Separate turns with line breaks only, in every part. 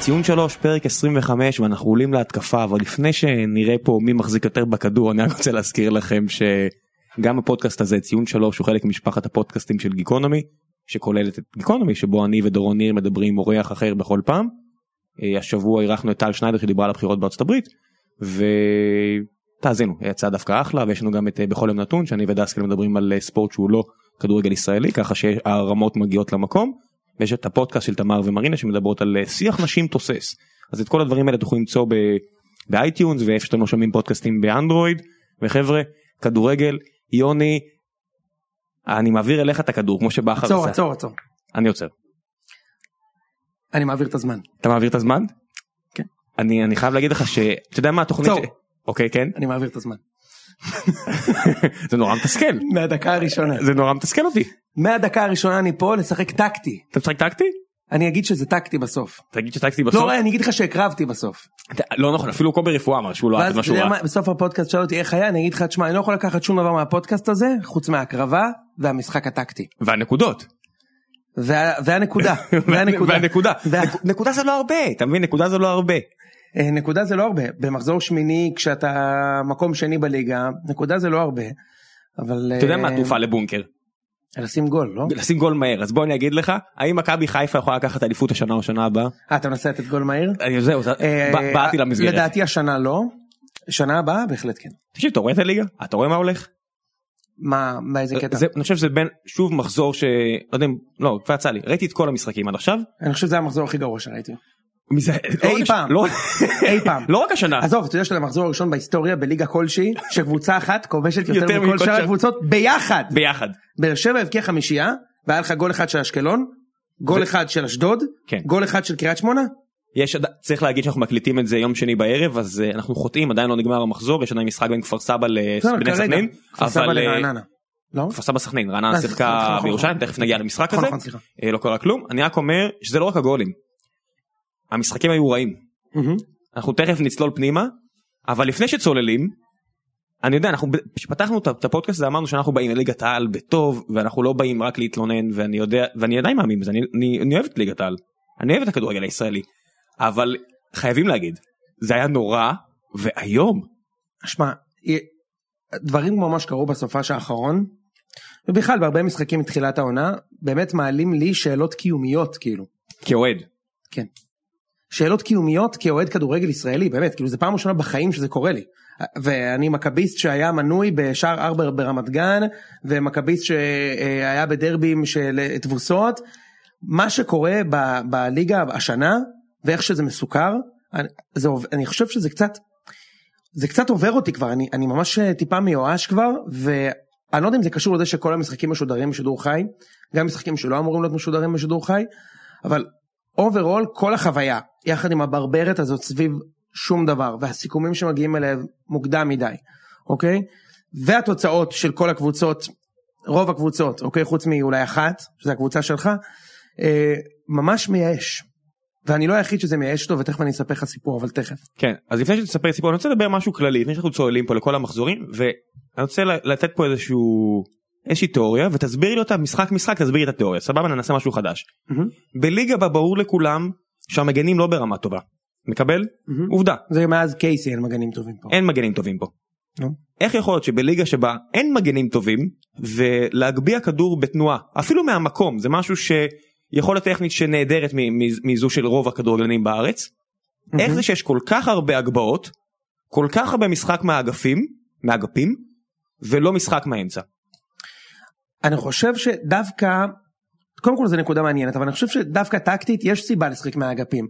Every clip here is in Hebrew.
ציון 3 פרק 25 ואנחנו עולים להתקפה אבל לפני שנראה פה מי מחזיק יותר בכדור אני רק רוצה להזכיר לכם שגם הפודקאסט הזה ציון 3 הוא חלק ממשפחת הפודקאסטים של גיקונומי שכוללת את גיקונומי שבו אני ודורון ניר מדברים עם אורח אחר בכל פעם. אה, השבוע אירחנו את טל שניידר שדיברה על הבחירות בארצות הברית ותאזינו יצא דווקא אחלה ויש לנו גם את אה, בכל יום נתון שאני ודסקל מדברים על אה, ספורט שהוא לא כדורגל ישראלי ככה שהרמות מגיעות למקום. ויש את הפודקאסט של תמר ומרינה שמדברות על אה, שיח נשים תוסס אז את כל הדברים האלה תוכלו למצוא ב... באייטיונס ואיפה שאתם לא שומעים פודקאסטים באנדרואיד וחבר'ה כדורגל יוני. אני מעביר אליך את הכדור כמו שבכר
עצור
עשה.
עצור עצור
אני עוצר.
אני מעביר את הזמן
אתה מעביר את הזמן?
כן.
אני אני חייב להגיד לך שאתה יודע מה התוכנית?
עצור.
ש- אוקיי כן
אני מעביר את הזמן
זה נורא מתסכל
מהדקה הראשונה
זה נורא מתסכל אותי.
מהדקה הראשונה אני פה לשחק טקטי
אתה משחק טקטי?
אני אגיד שזה טקטי בסוף
תגיד שטקטי בסוף?
לא אני אגיד לך שהקרבתי בסוף
אתה- לא נכון אפילו קובי רפואה אמר שהוא לא אהב את
ואז
מה
אתה
שהוא
יודע
ראה.
מה, בסוף הפודקאסט שאל אותי איך היה אני אגיד לך תשמע אני לא יכול לקחת שום דבר מהפודקאסט הזה חוץ מההקרבה והמשחק הטקטי
והנקודות.
וה- והנקודה והנקודה
והנקודה.
וה-
נק- נקודה זה לא הרבה אתה מבין נקודה זה לא הרבה.
אה, נקודה זה לא הרבה במחזור שמיני כשאתה מקום שני בליגה נקודה זה לא הרבה אבל
אתה יודע מה
אה,
התרופה לבונקר?
לשים גול לא
לשים גול מהר אז בוא אני אגיד לך האם מכבי חיפה יכולה לקחת אליפות השנה או שנה הבאה?
אה, אתה מנסה לתת גול מהיר
אני- זהו זה-
אה,
ב- באתי למסגרת.
לדעתי השנה לא. שנה הבאה בהחלט כן.
תקשיב אתה רואה את הליגה? אתה רואה מה הולך?
מה, באיזה קטע?
אה, זה, אני חושב שזה בין שוב מחזור ש... לא יודע אם... לא, כבר יצא לי. ראיתי את כל המשחקים עד עכשיו.
אני חושב שזה המחזור הכי גרוע שראיתי.
מי זה- לא רק הש-
פעם.
לא-
אי פעם.
לא רק השנה.
עזוב, אתה יודע שזה המחזור הראשון בהיסטוריה בליגה כלשהי, שקבוצה אחת כובשת
יותר
יותר מכל
מכל
שאר
שאר-
הקבוצות ביחד.
ביחד.
באר שבע הבקיעה חמישייה, והיה לך גול אחד של אשקלון, גול
זה-
אחד של אשדוד,
כן.
גול אחד של קריית שמונה,
יש... עד- צריך להגיד שאנחנו מקליטים את זה יום שני בערב, אז אה, אנחנו חוטאים, עדיין לא נגמר המחזור, יש עדיין משחק בין כפר סבא
בסדר,
לבני
לא, כרגע,
סכנין.
כפר סבא
אבל, אה,
לרעננה. לא?
כפר סבא סכנין,
אה,
רעננה
סליחה, נכון,
שיחקה
נכון,
בירושלים,
נכון.
תכף נגיע למשחק
נכון,
הזה.
נכון, סליחה.
אה, לא קרה כלום. אני רק אומר שזה לא רק הגולים. המשחקים היו רעים.
מהמם.
אנחנו תכף נצלול פנימה, אבל לפני שצוללים, אני יודע, אנחנו, כשפתחנו את את הפודקאסט הזה אמרנו שאנחנו באים לליגת העל בטוב, ואנחנו לא באים רק להתלונן, ואני יודע, ואני עדיין מאמין בזה, אני, אני, אני אוהב את ליגת העל, אני אוהב את הכדורגל הישראלי, אבל חייבים להגיד, זה היה נורא ואיום.
שמע, דברים ממש קרו בסופש האחרון, ובכלל בהרבה משחקים מתחילת העונה, באמת מעלים לי שאלות קיומיות כאילו.
כאוהד.
שאלות קיומיות כאוהד כדורגל ישראלי, באמת, כאילו זה פעם ראשונה בחיים שזה קורה לי. ואני מכביסט שהיה מנוי בשער ארבר ברמת גן, ומכביסט שהיה בדרבים של תבוסות. מה שקורה ב- בליגה השנה, ואיך שזה מסוכר, אני, זה, עוב- אני חושב שזה קצת, זה קצת עובר אותי כבר, אני, אני ממש טיפה מיואש כבר, ואני לא יודע אם זה קשור לזה שכל המשחקים משודרים בשידור חי, גם משחקים שלא אמורים להיות משודרים בשידור חי, אבל אוברול כל החוויה יחד עם הברברת הזאת סביב שום דבר והסיכומים שמגיעים אליהם מוקדם מדי אוקיי והתוצאות של כל הקבוצות רוב הקבוצות אוקיי חוץ מאולי אחת שזה הקבוצה שלך אה, ממש מייאש. ואני לא היחיד שזה מייאש אותו ותכף אני אספר לך סיפור אבל תכף
כן, אז לפני שתספר סיפור, אני רוצה לדבר משהו כללי, לפני שאנחנו צוללים פה לכל המחזורים, ואני רוצה ל- לתת פה איזשהו, איזושהי תיאוריה, ותסבירי לי אותה משחק משחק, תסבירי את התיאוריה, סבבה? ננסה משהו חדש.
מהמם.
בליגה בה ברור לכולם שהמגנים לא ברמה טובה. מקבל? עובדה,
זה מאז קייסי אין מגנים טובים פה.
אין מגנים טובים פה.
נו.
איך יכול להיות שבליגה שבה אין מגנים טובים, ולהגביה כדור בתנועה, אפילו מהמקום, זה משהו שיכולת טכנית שנעדרת מ- מ- מזו של רוב הכדורגלנים בארץ,
מהמם.
איך זה שיש כל כך הרבה הגבהות, כל כך הרבה משחק מהאגפים, מהאגפים, ולא משחק מהאמצע.
אני חושב שדווקא, קודם כל זו נקודה מעניינת, אבל אני חושב שדווקא טקטית יש סיבה לשחק מהאגפים.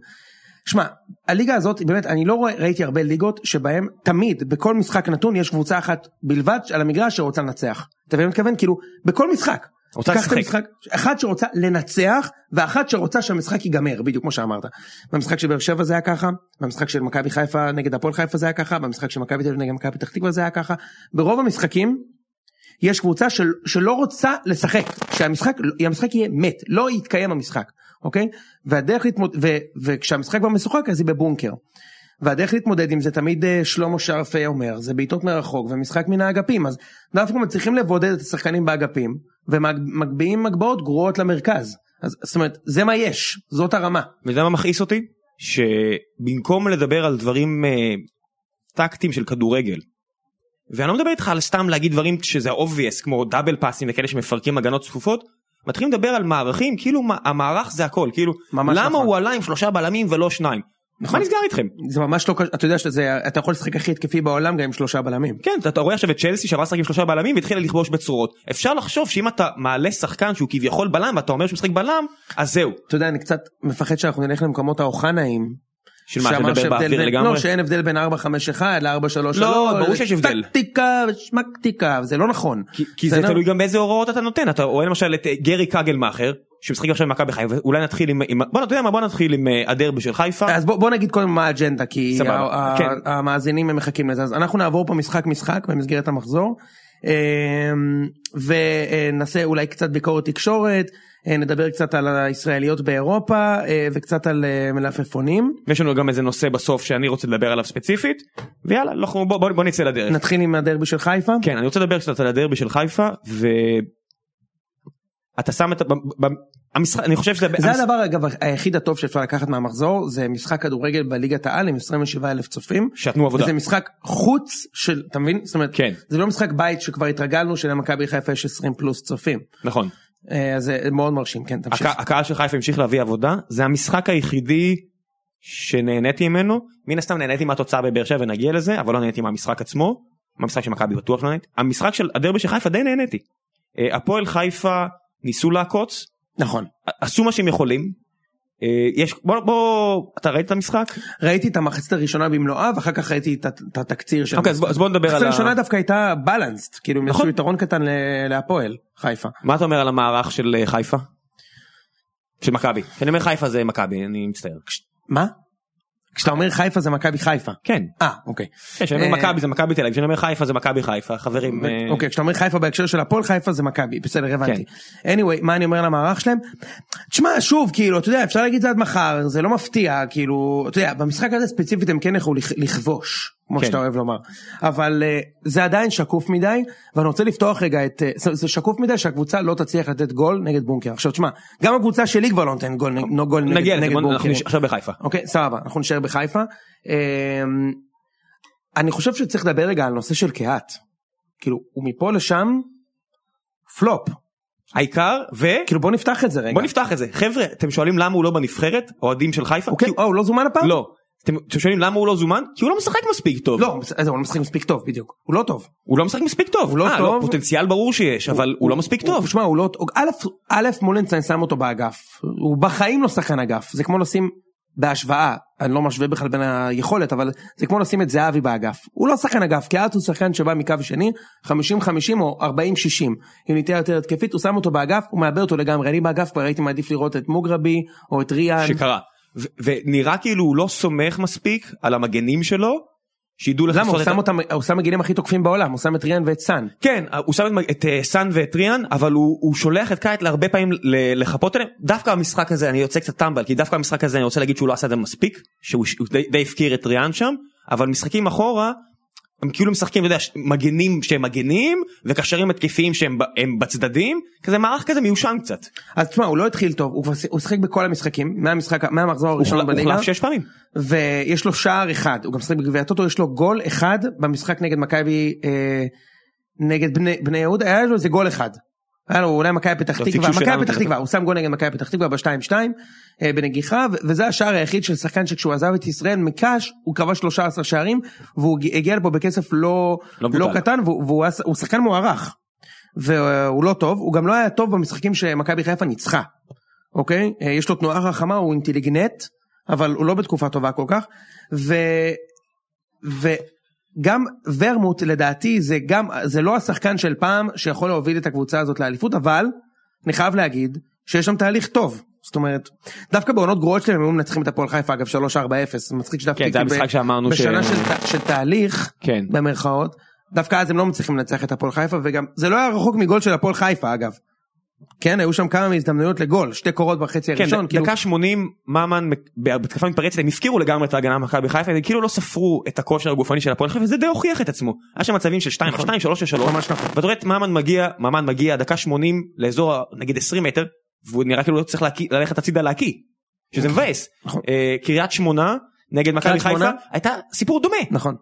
שמע, הליגה הזאת, באמת, אני לא רואה, ראיתי הרבה ליגות שבהם תמיד, בכל משחק נתון, יש קבוצה אחת בלבד על המגרש שרוצה לנצח. אתה מבין מה אני מתכוון? כאילו, בכל משחק.
רוצה
קח את
לשחק.
המשחק, אחת שרוצה לנצח, ואחת שרוצה שהמשחק ייגמר, בדיוק כמו שאמרת. במשחק של באר שבע זה היה ככה, במשחק של מכבי חיפה נגד הפועל חיפה זה היה ככה, במשחק של מכבי תל אביב נגד מכבי פתח תקווה זה היה ככה. ברוב המשחקים, יש קבוצה של, שלא רוצה לשחק, שהמשחק המשחק יהיה מת, לא יתקיים המשחק, אוקיי? והדרך להתמודד, ו, וכשהמשחק כבר משוחק אז היא בבונקר. והדרך להתמודד עם זה תמיד אה, שלמה שרפה אומר, זה בעיטות מרחוק ומשחק מן האגפים, אז דווקא מצליחים לבודד את השחקנים באגפים, ומגביהים הגבהות גרועות למרכז. אז זאת אומרת, זה מה יש, זאת הרמה.
וזה מה מכעיס אותי? שבמקום לדבר על דברים אה, טקטיים של כדורגל, ואני לא מדבר איתך על סתם להגיד דברים שזה obvious כמו דאבל פאסים וכאלה שמפרקים הגנות צפופות, מתחילים לדבר על מערכים כאילו מה- המערך זה הכל כאילו
ממש
למה
נכון.
הוא עלה עם שלושה בלמים ולא שניים. מה נסגר איתכם?
זה ממש לא קשור, אתה יודע שזה, אתה יכול לשחק הכי התקפי בעולם גם עם שלושה בלמים.
כן, אתה- אתה רואה עכשיו את צ'לסי שעברה לשחק עם שלושה בלמים והתחילה לכבוש בצורות. אפשר לחשוב שאם אתה מעלה שחקן שהוא כביכול בלם ואתה אומר שהוא משחק בלם, אז זהו.
אתה יודע, אני קצת מפחד שאנחנו נלך למקומות האוחנאים.
של כאילו מה, אתה
שאמר
מדבר
שהבדל
באוויר
בין-
לגמרי?
לא, שאין הבדל בין 451 ל-433.
לא, ברור שיש הבדל.
טקטיקה ושמקטיקה, זה לא נכון.
כי- כי זה
בסדר?
תלוי גם באיזה הוראות אתה נותן. אתה רואה למשל את אה, גרי קגלמאכר, שמשחק עכשיו במכבי חיפה, אולי נתחיל עם... עם- בוא, אתה יודע מה, בוא נתחיל עם אה, הדרבי של חיפה.
אז בוא, בוא נגיד קודם מה האג'נדה, כי
סבבה,
ה- ה-
כן.
המאזינים הם מחכים לזה. אז אנחנו נעבור פה משחק משחק במסגרת המחזור, אמ, ונעשה אולי קצת ביקורת תקשורת, אה, נדבר קצת על הישראליות באירופה, אה, וקצת על אה, מלפפונים.
ויש לנו גם איזה נושא בסוף שאני רוצה לדבר עליו ספציפית, ויאללה, אנחנו- בוא- בוא בוא נצא לדרך.
נתחיל עם הדרבי של חיפה.
כן אני רוצה לדבר קצת על הדרבי של חיפה ואתה שם את ה- ב- ב- המשחק אני חושב שזה
זה
המש-
הדבר אגב היחיד הטוב שאפשר לקחת מהמחזור, זה משחק כדורגל בליגת העל עם 27 אלף צופים.
שנתנו עבודה
וזה משחק חוץ של, אתה מבין? זאת אומרת,
כן.
זה לא משחק בית שכבר התרגלנו שלמכבי חיפה יש 20 פלוס צופים.
נכון
אה, אז זה מאוד מרשים, כן, תמשיך.
הק- הקהל של חיפה המשיך להביא עבודה זה המשחק היחידי שנהניתי ממנו מן הסתם נהניתי מהתוצאה בבאר שבע ונגיע לזה אבל לא נהניתי מהמשחק עצמו מהמשחק של מכבי בטוח לא נהניתי המשחק של הדרבי של חיפה די נהניתי אה, הפועל חיפה ניסו לעקוץ
נכון.
עשו מה שהם יכולים. אה, יש בוא בוא אתה ראית את המשחק?
ראיתי את המחצית הראשונה במלואה, ואחר כך ראיתי את הת- את התקציר של...
אוקיי אז בוא- אז בוא נדבר על
המחצית
ה-
הראשונה דווקא הייתה בלנסט, כאילו עם
נכון.
איזשהו יתרון קטן ל- להפועל, חיפה.
מה אתה אומר על המערך של אה, חיפה? של מכבי. כשאני אומר חיפה זה מכבי, אני מצטער.
מה? כשאתה אומר חיפה זה מכבי חיפה.
כן,
אה, אוקיי.
כן, כשאני אומר
אה,
מכבי זה מכבי תל אביב, כשאני אומר חיפה זה מכבי חיפה, חברים. אה,
אוקיי, כשאתה אומר חיפה בהקשר של הפועל חיפה זה מכבי, בסדר, הבנתי.
כן.
anyway, מה אני אומר על המערך שלהם? תשמע, שוב, כאילו, אתה יודע, אפשר להגיד את זה עד מחר, זה לא מפתיע, כאילו, אתה יודע, במשחק הזה ספציפית הם כן יכלו לכ- לכבוש, כמו
כן.
שאתה אוהב לומר. אבל אה, זה עדיין שקוף מדי, ואני רוצה לפתוח רגע את... אה, זה- זה שקוף מדי שהקבוצה לא תצליח לתת גול נגד בונקר. עכשיו, תשמע, גם הקבוצה שלי כבר לא נותנת גול נג- נו, גול נגד
נגיע לזה,
נגד
בוא- אנחנו
בונקר.
נש- עכשיו בחיפה.
אוקיי, סבבה, אנחנו נשאר בחיפה. אמ, אני חושב שצריך לדבר רגע על נושא של קהת. כאילו, הוא מפה לשם, פלופ.
העיקר, ו...
כאילו, בוא נפתח את זה רגע.
בוא נפתח את זה. חבר'ה, אתם שואלים למה הוא לא בנבחרת? אוהדים של חיפה?
אוקיי,
כי הוא-
אה, הוא לא זומן הפעם?
לא. אתם אתם שואלים למה הוא לא זומן? כי הוא לא משחק מספיק טוב.
לא, אז הוא לא משחק מספיק טוב, בדיוק. הוא לא טוב.
הוא לא משחק מספיק טוב.
הוא לא
אה,
טוב.
פוטנציאל ברור שיש, אבל הוא לא מספיק טוב.
שמע, הוא לא... א', א', מולנדסטיין שם אותו באגף. הוא בחיים לא שחקן אגף. זה כמו לשים... בהשוואה, אני לא משווה בכלל בין היכולת, אבל זה כמו לשים את זהבי באגף. הוא לא שחקן אגף, כי אז הוא שחקן שבא מקו שני, 50-50 או 40-60. אם נטייה יותר התקפית, הוא שם אותו באגף, הוא מאבד אותו לגמרי. אני באגף כבר הייתי מעדיף לראות את מוגרבי, או את ריאן.
שקרה. ו- ונראה כאילו הוא לא סומך מספיק על המגנים שלו, שידעו
למה?
לחסות
הוא
את
שם אותם, הוא שם מגינים הכי תוקפים בעולם, הוא שם את ריאן ואת סאן.
כן, הוא שם את, את אה, סאן ואת ריאן, אבל הוא, הוא שולח את קייט להרבה פעמים ל- לחפות עליהם. דווקא המשחק הזה, אני יוצא קצת טמבל, כי דווקא המשחק הזה אני רוצה להגיד שהוא לא עשה את זה מספיק, שהוא ש- הוא די, די הפקיר את ריאן שם, אבל משחקים אחורה, הם כאילו משחקים, אתה יודע, ש- מגנים שהם מגנים, וקשרים התקפיים שהם ב- הם בצדדים, כזה מערך כזה מיושן קצת.
אז תשמע, הוא לא התחיל טוב, הוא כבר ש- הוא שיחק בכל המשחקים, מהמשחק, מהמחזור
הוא חל-
הראשון
הוא
בליגה.
הוחלף שש פעמים.
ויש לו שער אחד, הוא גם משחק בגביע הטוטו, יש לו גול אחד במשחק נגד מכבי, אה, נגד בני, בני יהודה, היה לו איזה גול אחד. היה לו אולי מכבי פתח
לא,
תקווה,
תקשור שלנו,
מכבי פתח
אתה-
תקווה, הוא שם גול נגד מכבי פתח תקווה ב-2-2 אה, בנגיחה, ו- וזה השער היחיד של שחקן שכשהוא עזב את ישראל מקאש, הוא כבש 13 שערים, והוא ג- הגיע לפה בכסף לא,
לא
לא,
מבוטל.
לא קטן, והוא, והוא היה ש- הוא שחקן מוערך. והוא לא טוב, הוא גם לא היה טוב במשחקים שמכבי חיפה ניצחה. אוקיי? אה, יש לו תנועה חכמה, הוא אינטליגנט, אבל הוא לא בתקופה טובה כל כך. ו... וגם ורמוט לדעתי זה גם, זה לא השחקן של פעם שיכול להוביל את הקבוצה הזאת לאליפות, אבל אני חייב להגיד שיש שם תהליך טוב. זאת אומרת, דווקא בעונות גרועות שלהם הם היו מנצחים את הפועל חיפה, אגב 3-4-0, זה מצחיק שדווקא
כן, זה
כאילו
המשחק שאמרנו ש-
בשנה של, ת- של תהליך,
כן.
במרכאות, דווקא אז הם לא מצליחים לנצח את הפועל חיפה, וגם, זה לא היה רחוק מגול של הפועל חיפה אגב. כן, היו שם כמה הזדמנויות לגול, שתי קורות בחצי
כן,
הראשון, כאילו,
ד- דקה 80 ממן מק- בהתקפה מתפרצת הם הפקירו לגמרי את ההגנה במכבי חיפה הם כאילו לא ספרו את הכושר הגופני של הפועל חיפה וזה די הוכיח את עצמו היה שם מצבים של 2 על 2 3 על 3
ממש נכון.
ואתה רואה את ממן מגיע ממן מגיע דקה 80 לאזור ה- נגיד 20 מטר והוא נראה כאילו לא צריך להקיא- ללכת הצידה להקיא שזה מבאס.
נכון.
אה, קריית שמונה נגד מכבי
קריית
חיפה
שמונה.
הייתה סיפור דומה.
נכון.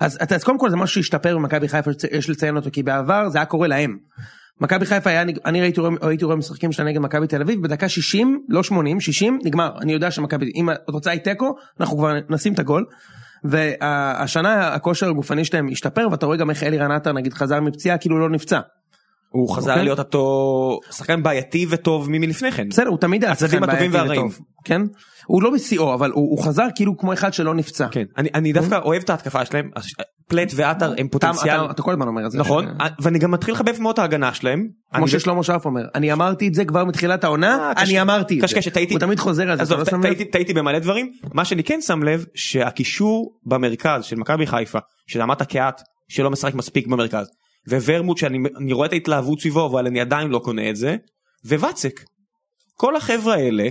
אז, אז קודם כל זה משהו שהשתפר במכבי חיפה, שצ- יש לציין אותו, כי בעבר זה היה קורה להם. מכבי חיפה היה, נג- אני ראיתי, רואה- הייתי רואה משחקים שלה נגד מכבי תל אביב, בדקה 60, לא 80, 60, נגמר. אני יודע שמכבי, אם התוצאה היא תיקו, אנחנו כבר נשים את הגול. והשנה הכושר הגופני שלהם השתפר, ואתה רואה גם איך אלירן עטר נגיד חזר מפציעה, כאילו לא נפצע.
הוא חזר
אוקיי.
להיות אותו שחקן בעייתי וטוב ממי לפני כן.
בסדר, הוא תמיד היה
הצדדים
שחקן
הטובים
בעייתי
והרעים.
וטוב, כן? הוא לא בשיאו, אבל הוא, הוא חזר כאילו כמו אחד שלא נפצע.
כן. אני, אני דווקא אוהב את ההתקפה שלהם, הש- פלט ועטר הם
אתה,
פוטנציאל,
אתה, אתה כל הזמן אומר את זה.
נכון, ואני גם מתחיל לחבב מאוד את ההגנה שלהם. אני-
כמו ששלמה שרף אומר, אני אמרתי את זה כבר מתחילת העונה,
אה, קש-
אני אמרתי את זה.
קשקשת, טעיתי.
הוא תמיד חוזר על זה, אתה
עזוב,
לא
ט-
שם לב?
טעיתי- טעיתי במלא דברים, מה שאני כן שם לב שהקישור במרכז של מכבי חיפה, שאמרת קהת שלא משחק מספיק במרכז, וורמוט שאני אני רואה את ההתלהבות סביבו אבל אני עדיין לא קונה את זה, וואצק. כל החבר'ה האלה,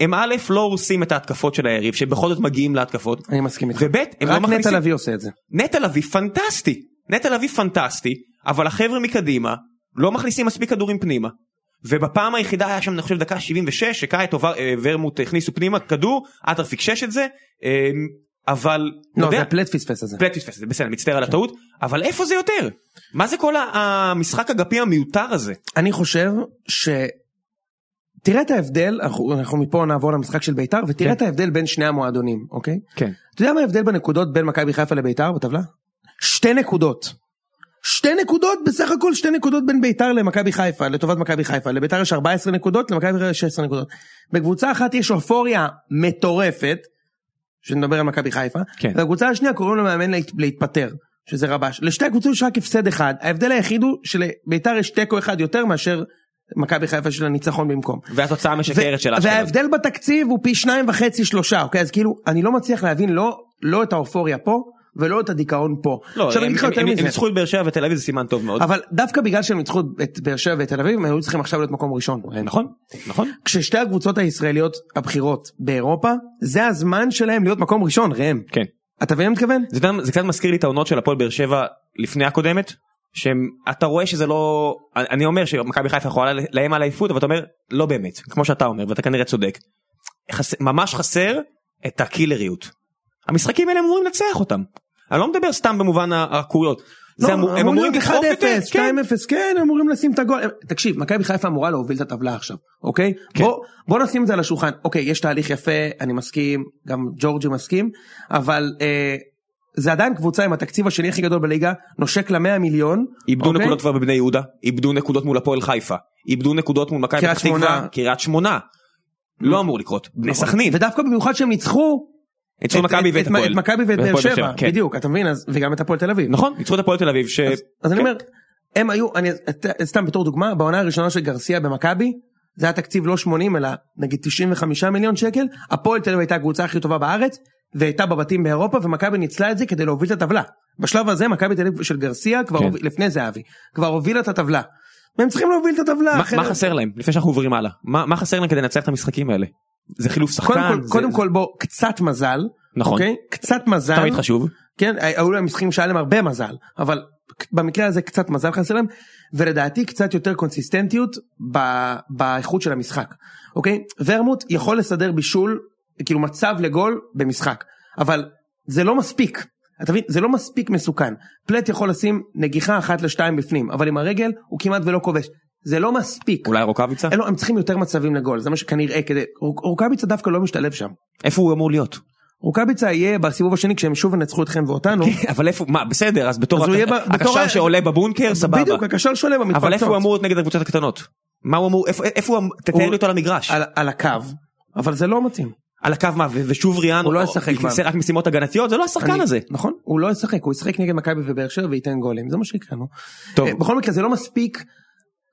הם א' לא הורסים את ההתקפות של היריב, שבכל זאת מגיעים להתקפות,
אני מסכים איתך.
וב' הם לא
רק נטע
מכניסים,
לביא עושה את זה.
נטע לביא פנטסטי, נטע לביא פנטסטי, אבל החבר'ה מקדימה לא מכניסים מספיק כדורים פנימה. ובפעם היחידה היה שם אני חושב דקה 76 שקאייט או ור- אה, ורמוט הכניסו פנימה כדור, עטר פיקשש את זה, אה, אבל, אתה
לא,
יודע,
זה הפלט פספס הזה.
פלט פספס את זה, בסדר, מצטער על הטעות, אבל איפה זה יותר? מה זה כל ה- המשחק אגפי המיותר הזה?
אני חושב ש... תראה את ההבדל, אנחנו אנחנו מפה נעבור למשחק של ביתר, ותראה
כן.
את ההבדל בין שני המועדונים, אוקיי?
כן.
אתה יודע מה ההבדל בנקודות בין מכבי חיפה לביתר בטבלה? שתי נקודות. שתי נקודות, בסך הכל שתי נקודות בין ביתר למכבי חיפה, לטובת מכבי חיפה. לביתר יש 14 נקודות, למכבי חיפה יש 16 נקודות. בקבוצה אחת יש אופוריה מטורפת, שנדבר על מכבי חיפה,
כן.
והקבוצה השנייה קוראים למאמן להת, להתפטר, שזה רבש. לשתי הקבוצות יש רק הפסד אחד, ההבדל היחיד הוא שלביתר יש תיקו אחד יותר מאשר מכבי חיפה של הניצחון במקום.
והתוצאה המשקרת של האשכנז.
וההבדל בתקציב הוא פי שניים וחצי שלושה, אוקיי? אז כאילו, אני לא מצליח להבין לא, לא את האופוריה פה, ולא את הדיכאון פה.
לא,
עכשיו אני
הם-
אגיד לך
הם-
יותר
הם-
מזה.
הם ניצחו את באר שבע ותל אביב זה סימן טוב מאוד.
אבל דווקא בגלל שהם ניצחו את באר שבע ואת תל אביב, הם היו צריכים עכשיו להיות מקום ראשון.
נכון, נכון.
כששתי הקבוצות הישראליות הבכירות באירופה, זה הזמן שלהם להיות מקום ראשון, ראם.
כן.
אתה מבין מה אני מתכוון?
זה, גם, זה קצת מזכיר לי את העונות של הפועל באר שבע לפני הקודמת. שאתה רואה שזה לא אני אומר שמכבי חיפה יכולה להם על האליפות אבל אתה אומר לא באמת כמו שאתה אומר ואתה כנראה צודק. חס, ממש חסר את הקילריות. המשחקים האלה הם אמורים לנצח אותם. אני לא מדבר סתם במובן הרכויות. זה
לא,
אמור- הם אמורים
להיות
לדחוף
1-0,
יותר. כן.
2-0, כן, הם אמורים לשים את הגול. הם- תקשיב, מכבי חיפה אמורה להוביל את הטבלה עכשיו, אוקיי?
כן.
בוא- בוא נשים את זה על השולחן. אוקיי, יש תהליך יפה, אני מסכים, גם ג'ורג'י מסכים, אבל אה, זה עדיין קבוצה עם התקציב השני הכי גדול בליגה, נושק ל-100 מיליון.
איבדו
אוקיי?
נקודות כבר בבני יהודה, איבדו נקודות מול הפועל חיפה, איבדו נקודות מול מכבי
קריית
פתח תקווה,
שמונה.
קריית שמונה. לא אמור לקרות. בני
נכון.
סכנין.
ודווקא במיוחד שהם ניצחו
ניצחו
את-
מכבי
את-
ואת
את-
הפועל.
את מכבי ואת באר
והפועל באר
שבע,
כן.
בדיוק, אתה מבין? אז- וגם את הפועל תל אביב.
נכון, ניצחו את הפועל תל אביב ש...
אז- אז אני
כן.
אומר, הם היו, אני, את- סתם בתור דוגמה, בעונה הראשונה של גרסיה במכבי, זה היה תקציב לא 80 אלא נגיד 95 מיליון שקל, הפועל תל אביב הייתה הקבוצה הכי טובה בארץ, והייתה בבתים באירופה, ומכבי ניצלה את זה כדי להוביל את הטבלה. בשלב הזה מכבי תל אביב של גרסיה, כבר
כן.
הוביל, לפני זהבי, כבר הובילה את הטבלה. והם צריכים להוביל את הטבלה.
מה-
אה, אחרת-
מה חסר להם לפני שאנחנו עוברים הלאה מה מה חסר להם כדי לנצח את המשחקים האלה זה חילוף שחקן
קודם כל,
זה-
קודם
זה-
כל בוא, קצת מזל,
נכון
אוקיי? קצת מזל.
תמיד חשוב
כן, היו להם משחקים שהיה להם הרבה מזל, אבל במקרה הזה קצת מזל חסר להם, ולדעתי קצת יותר קונסיסטנטיות ב- באיכות של המשחק, אוקיי? ורמוט יכול לסדר בישול, כאילו מצב לגול במשחק, אבל זה לא מספיק. אתה מבין? זה לא מספיק מסוכן. פלט יכול לשים נגיחה אחת לשתיים בפנים, אבל עם הרגל הוא כמעט ולא כובש. זה לא מספיק.
אולי רוקאביצה
לא, הם צריכים יותר מצבים לגול, זה מה שכנראה כדי... רוק- רוקאביצה דווקא לא משתלב שם.
איפה הוא אמור להיות
רוקאביצה יהיה בסיבוב השני כשהם שוב ינצחו אתכם ואותנו.
אבל איפה מה בסדר אז בתור
אז הוא יהיה
הק-
ב- בתור
הקשר
ה-
שעולה בבונקר סבבה
בדיוק, הקשר שונה במתפרצות.
אבל איפה הוא אמור להיות נגד הקבוצות הקטנות מה הוא אמור איפה- איפה הוא אמור- תתאר לי
הוא-
אותו על המגרש
על, על הקו, אבל זה לא מתאים.
על הקו מה ו- ושוב ריאן
הוא לא
או-
ישחק
יעשה רק משימות הגנתיות זה לא השחקן
אני-
הזה
נכון, הוא לא ישחק, הוא ישחק נגד מכבי ובאר שבע וייתן גולים, זה מה שיקרה, נו.
טוב
אה, בכל מקרה זה לא מספיק,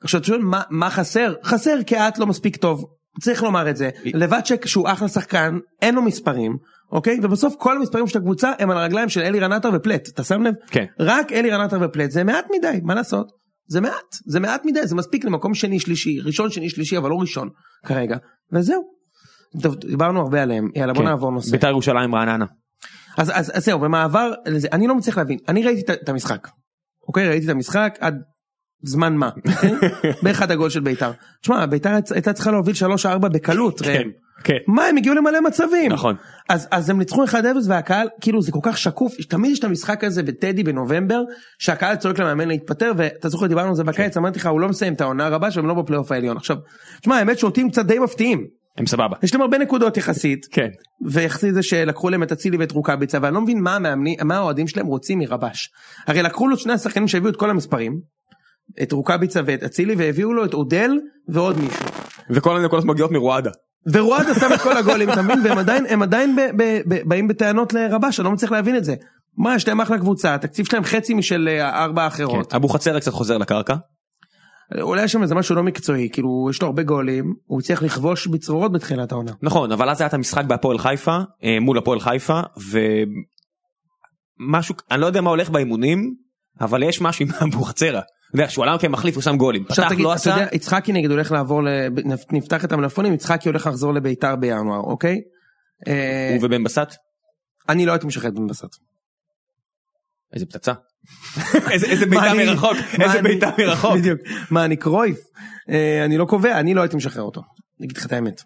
עכשיו אתה שואל מה, מה חסר? חסר כי את לא מספיק טוב, צריך לומר את זה. לבצ'ק שהוא אחלה שחקן, אין לו מספרים, אוקיי? ובסוף כל המספרים של הקבוצה הם על הרגליים של אלי רנטר ופלט, אתה שם לב?
כן.
רק אלי רנטר ופלט זה מעט מדי, מה לעשות? זה מעט, זה מעט מדי, זה מספיק למקום שני שלישי, ראשון שני שלישי אבל לא ראשון כרגע, וזהו. טוב, דיברנו הרבה עליהם, יאללה בוא
כן.
נעבור נושא.
בית"ר ירושלים רעננה
אז, אז, אז זהו, במעבר, לזה, אני לא מצליח להבין, אני ראיתי את, ה- את המשחק, אוקיי? ראיתי את המשחק עד זמן מה, אוקיי? באחד הגול של ביתר. תשמע, ביתר הייתה צריכה להוביל 3-4 בקלות, ראם.
כן.
מה, הם הגיעו למלא מצבים.
נכון.
אז, אז הם ניצחו 1-0 והקהל, כאילו זה כל כך שקוף, תמיד יש את המשחק הזה בטדי בנובמבר, שהקהל צועק למאמן להתפטר, ואתה זוכר דיברנו על זה בקיץ, אמרתי לך, הוא לא מסיים את העונה הרבה שלו, הם לא בפלייאוף העליון. עכשיו, תשמע, האמת שאותים קצת די מפתיעים.
הם סבבה.
יש להם הרבה נקודות יחסית,
כן.
ויחסית זה שלקחו להם את אצילי ואת רוקאביצה, ואני לא מבין מה המאמנים, מה האוהדים שלהם רוצים מרבש. הרי לקחו לו את שני השחקנים שהביאו את כל המספרים, את רוקאביצה ואת אצילי, והביאו לו את אודל ועוד מישהו.
וכל הנקודות מגיעות מרואדה.
ורואדה שם את כל הגולים, אתה מבין? והם עדיין, הם עדיין ב, ב, ב, באים בטענות לרבש, אני לא מצליח להבין את זה. מה, יש להם אחלה קבוצה, התקציב שלהם חצי משל אה, הארבע האחרות.
נכון. אבו חצר קצת חוזר לקרקע. כן.
אולי יש שם איזה משהו לא מקצועי, כאילו, יש לו הרבה גולים, הוא הצליח לכבוש בצרורות בתחילת העונה.
נכון אבל אז היה את המשחק בהפועל חיפה אה, מול הפועל חיפה ומשהו אני לא יודע מה הולך באימונים אבל יש משהו עם אבוחצירא. אתה יודע, שהוא עלה כמחליף הוא שם גולים.
עכשיו
פתח
תגיד,
לא
אתה
עשה.
יודע, יצחקי נגיד הולך לעבור, ל- נפ- נפתח את המלפונים, יצחקי הולך לחזור לביתר בינואר, אוקיי? אה,
הוא ובן בסט.
אני לא הייתי משחרר את בן בסט.
איזה פצצה. איזה איזה בעיטה
מה אני-
מרחוק.
מה
איזה
אני-
בעיטה מרחוק.
בדיוק. מה אני קרויף? אה, אני לא קובע, אני לא הייתי משחרר אותו. אני אגיד לך את האמת.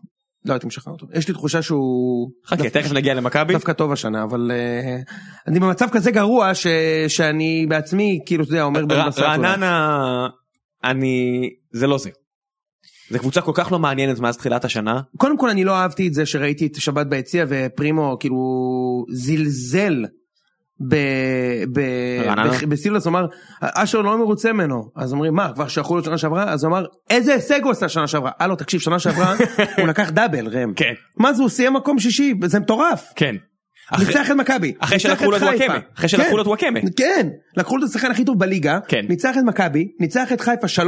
לא הייתי משחרר אותו. יש לי תחושה שהוא...
חכה תכף נגיע למכבי.
דווקא טוב השנה, אבל אה, אני במצב כזה גרוע ש, שאני בעצמי, כאילו, אתה יודע, אומר בן
ר-
בסט. אולי.
רעננה אני זה לא זה. זה קבוצה כל כך לא מעניינת מאז תחילת השנה.
קודם כל, אני לא אהבתי את זה שראיתי את שבת ביציע ופרימו, כאילו, זלזל. ב... ב...
רעננה?
ב- בסילבס הוא אמר אשר לא מרוצה ממנו אז אומרים מה כבר שלחו לו שנה שעברה אז הוא אמר איזה הישג הוא עשה שנה שעברה הלו תקשיב שנה שעברה הוא לקח דאבל ראם
כן.
מה זה הוא סיים מקום שישי זה מטורף
כן. אחרי-
ניצח את מכבי
אחרי
ניצח
שלקחו לו את
חיפה.
וואקמה. אחרי שלקחו
כן.
לו את וואקמה.
כן, לקחו לו את השחקן הכי טוב בליגה,
כן.
ניצח את מכבי, ניצח את חיפה 3-0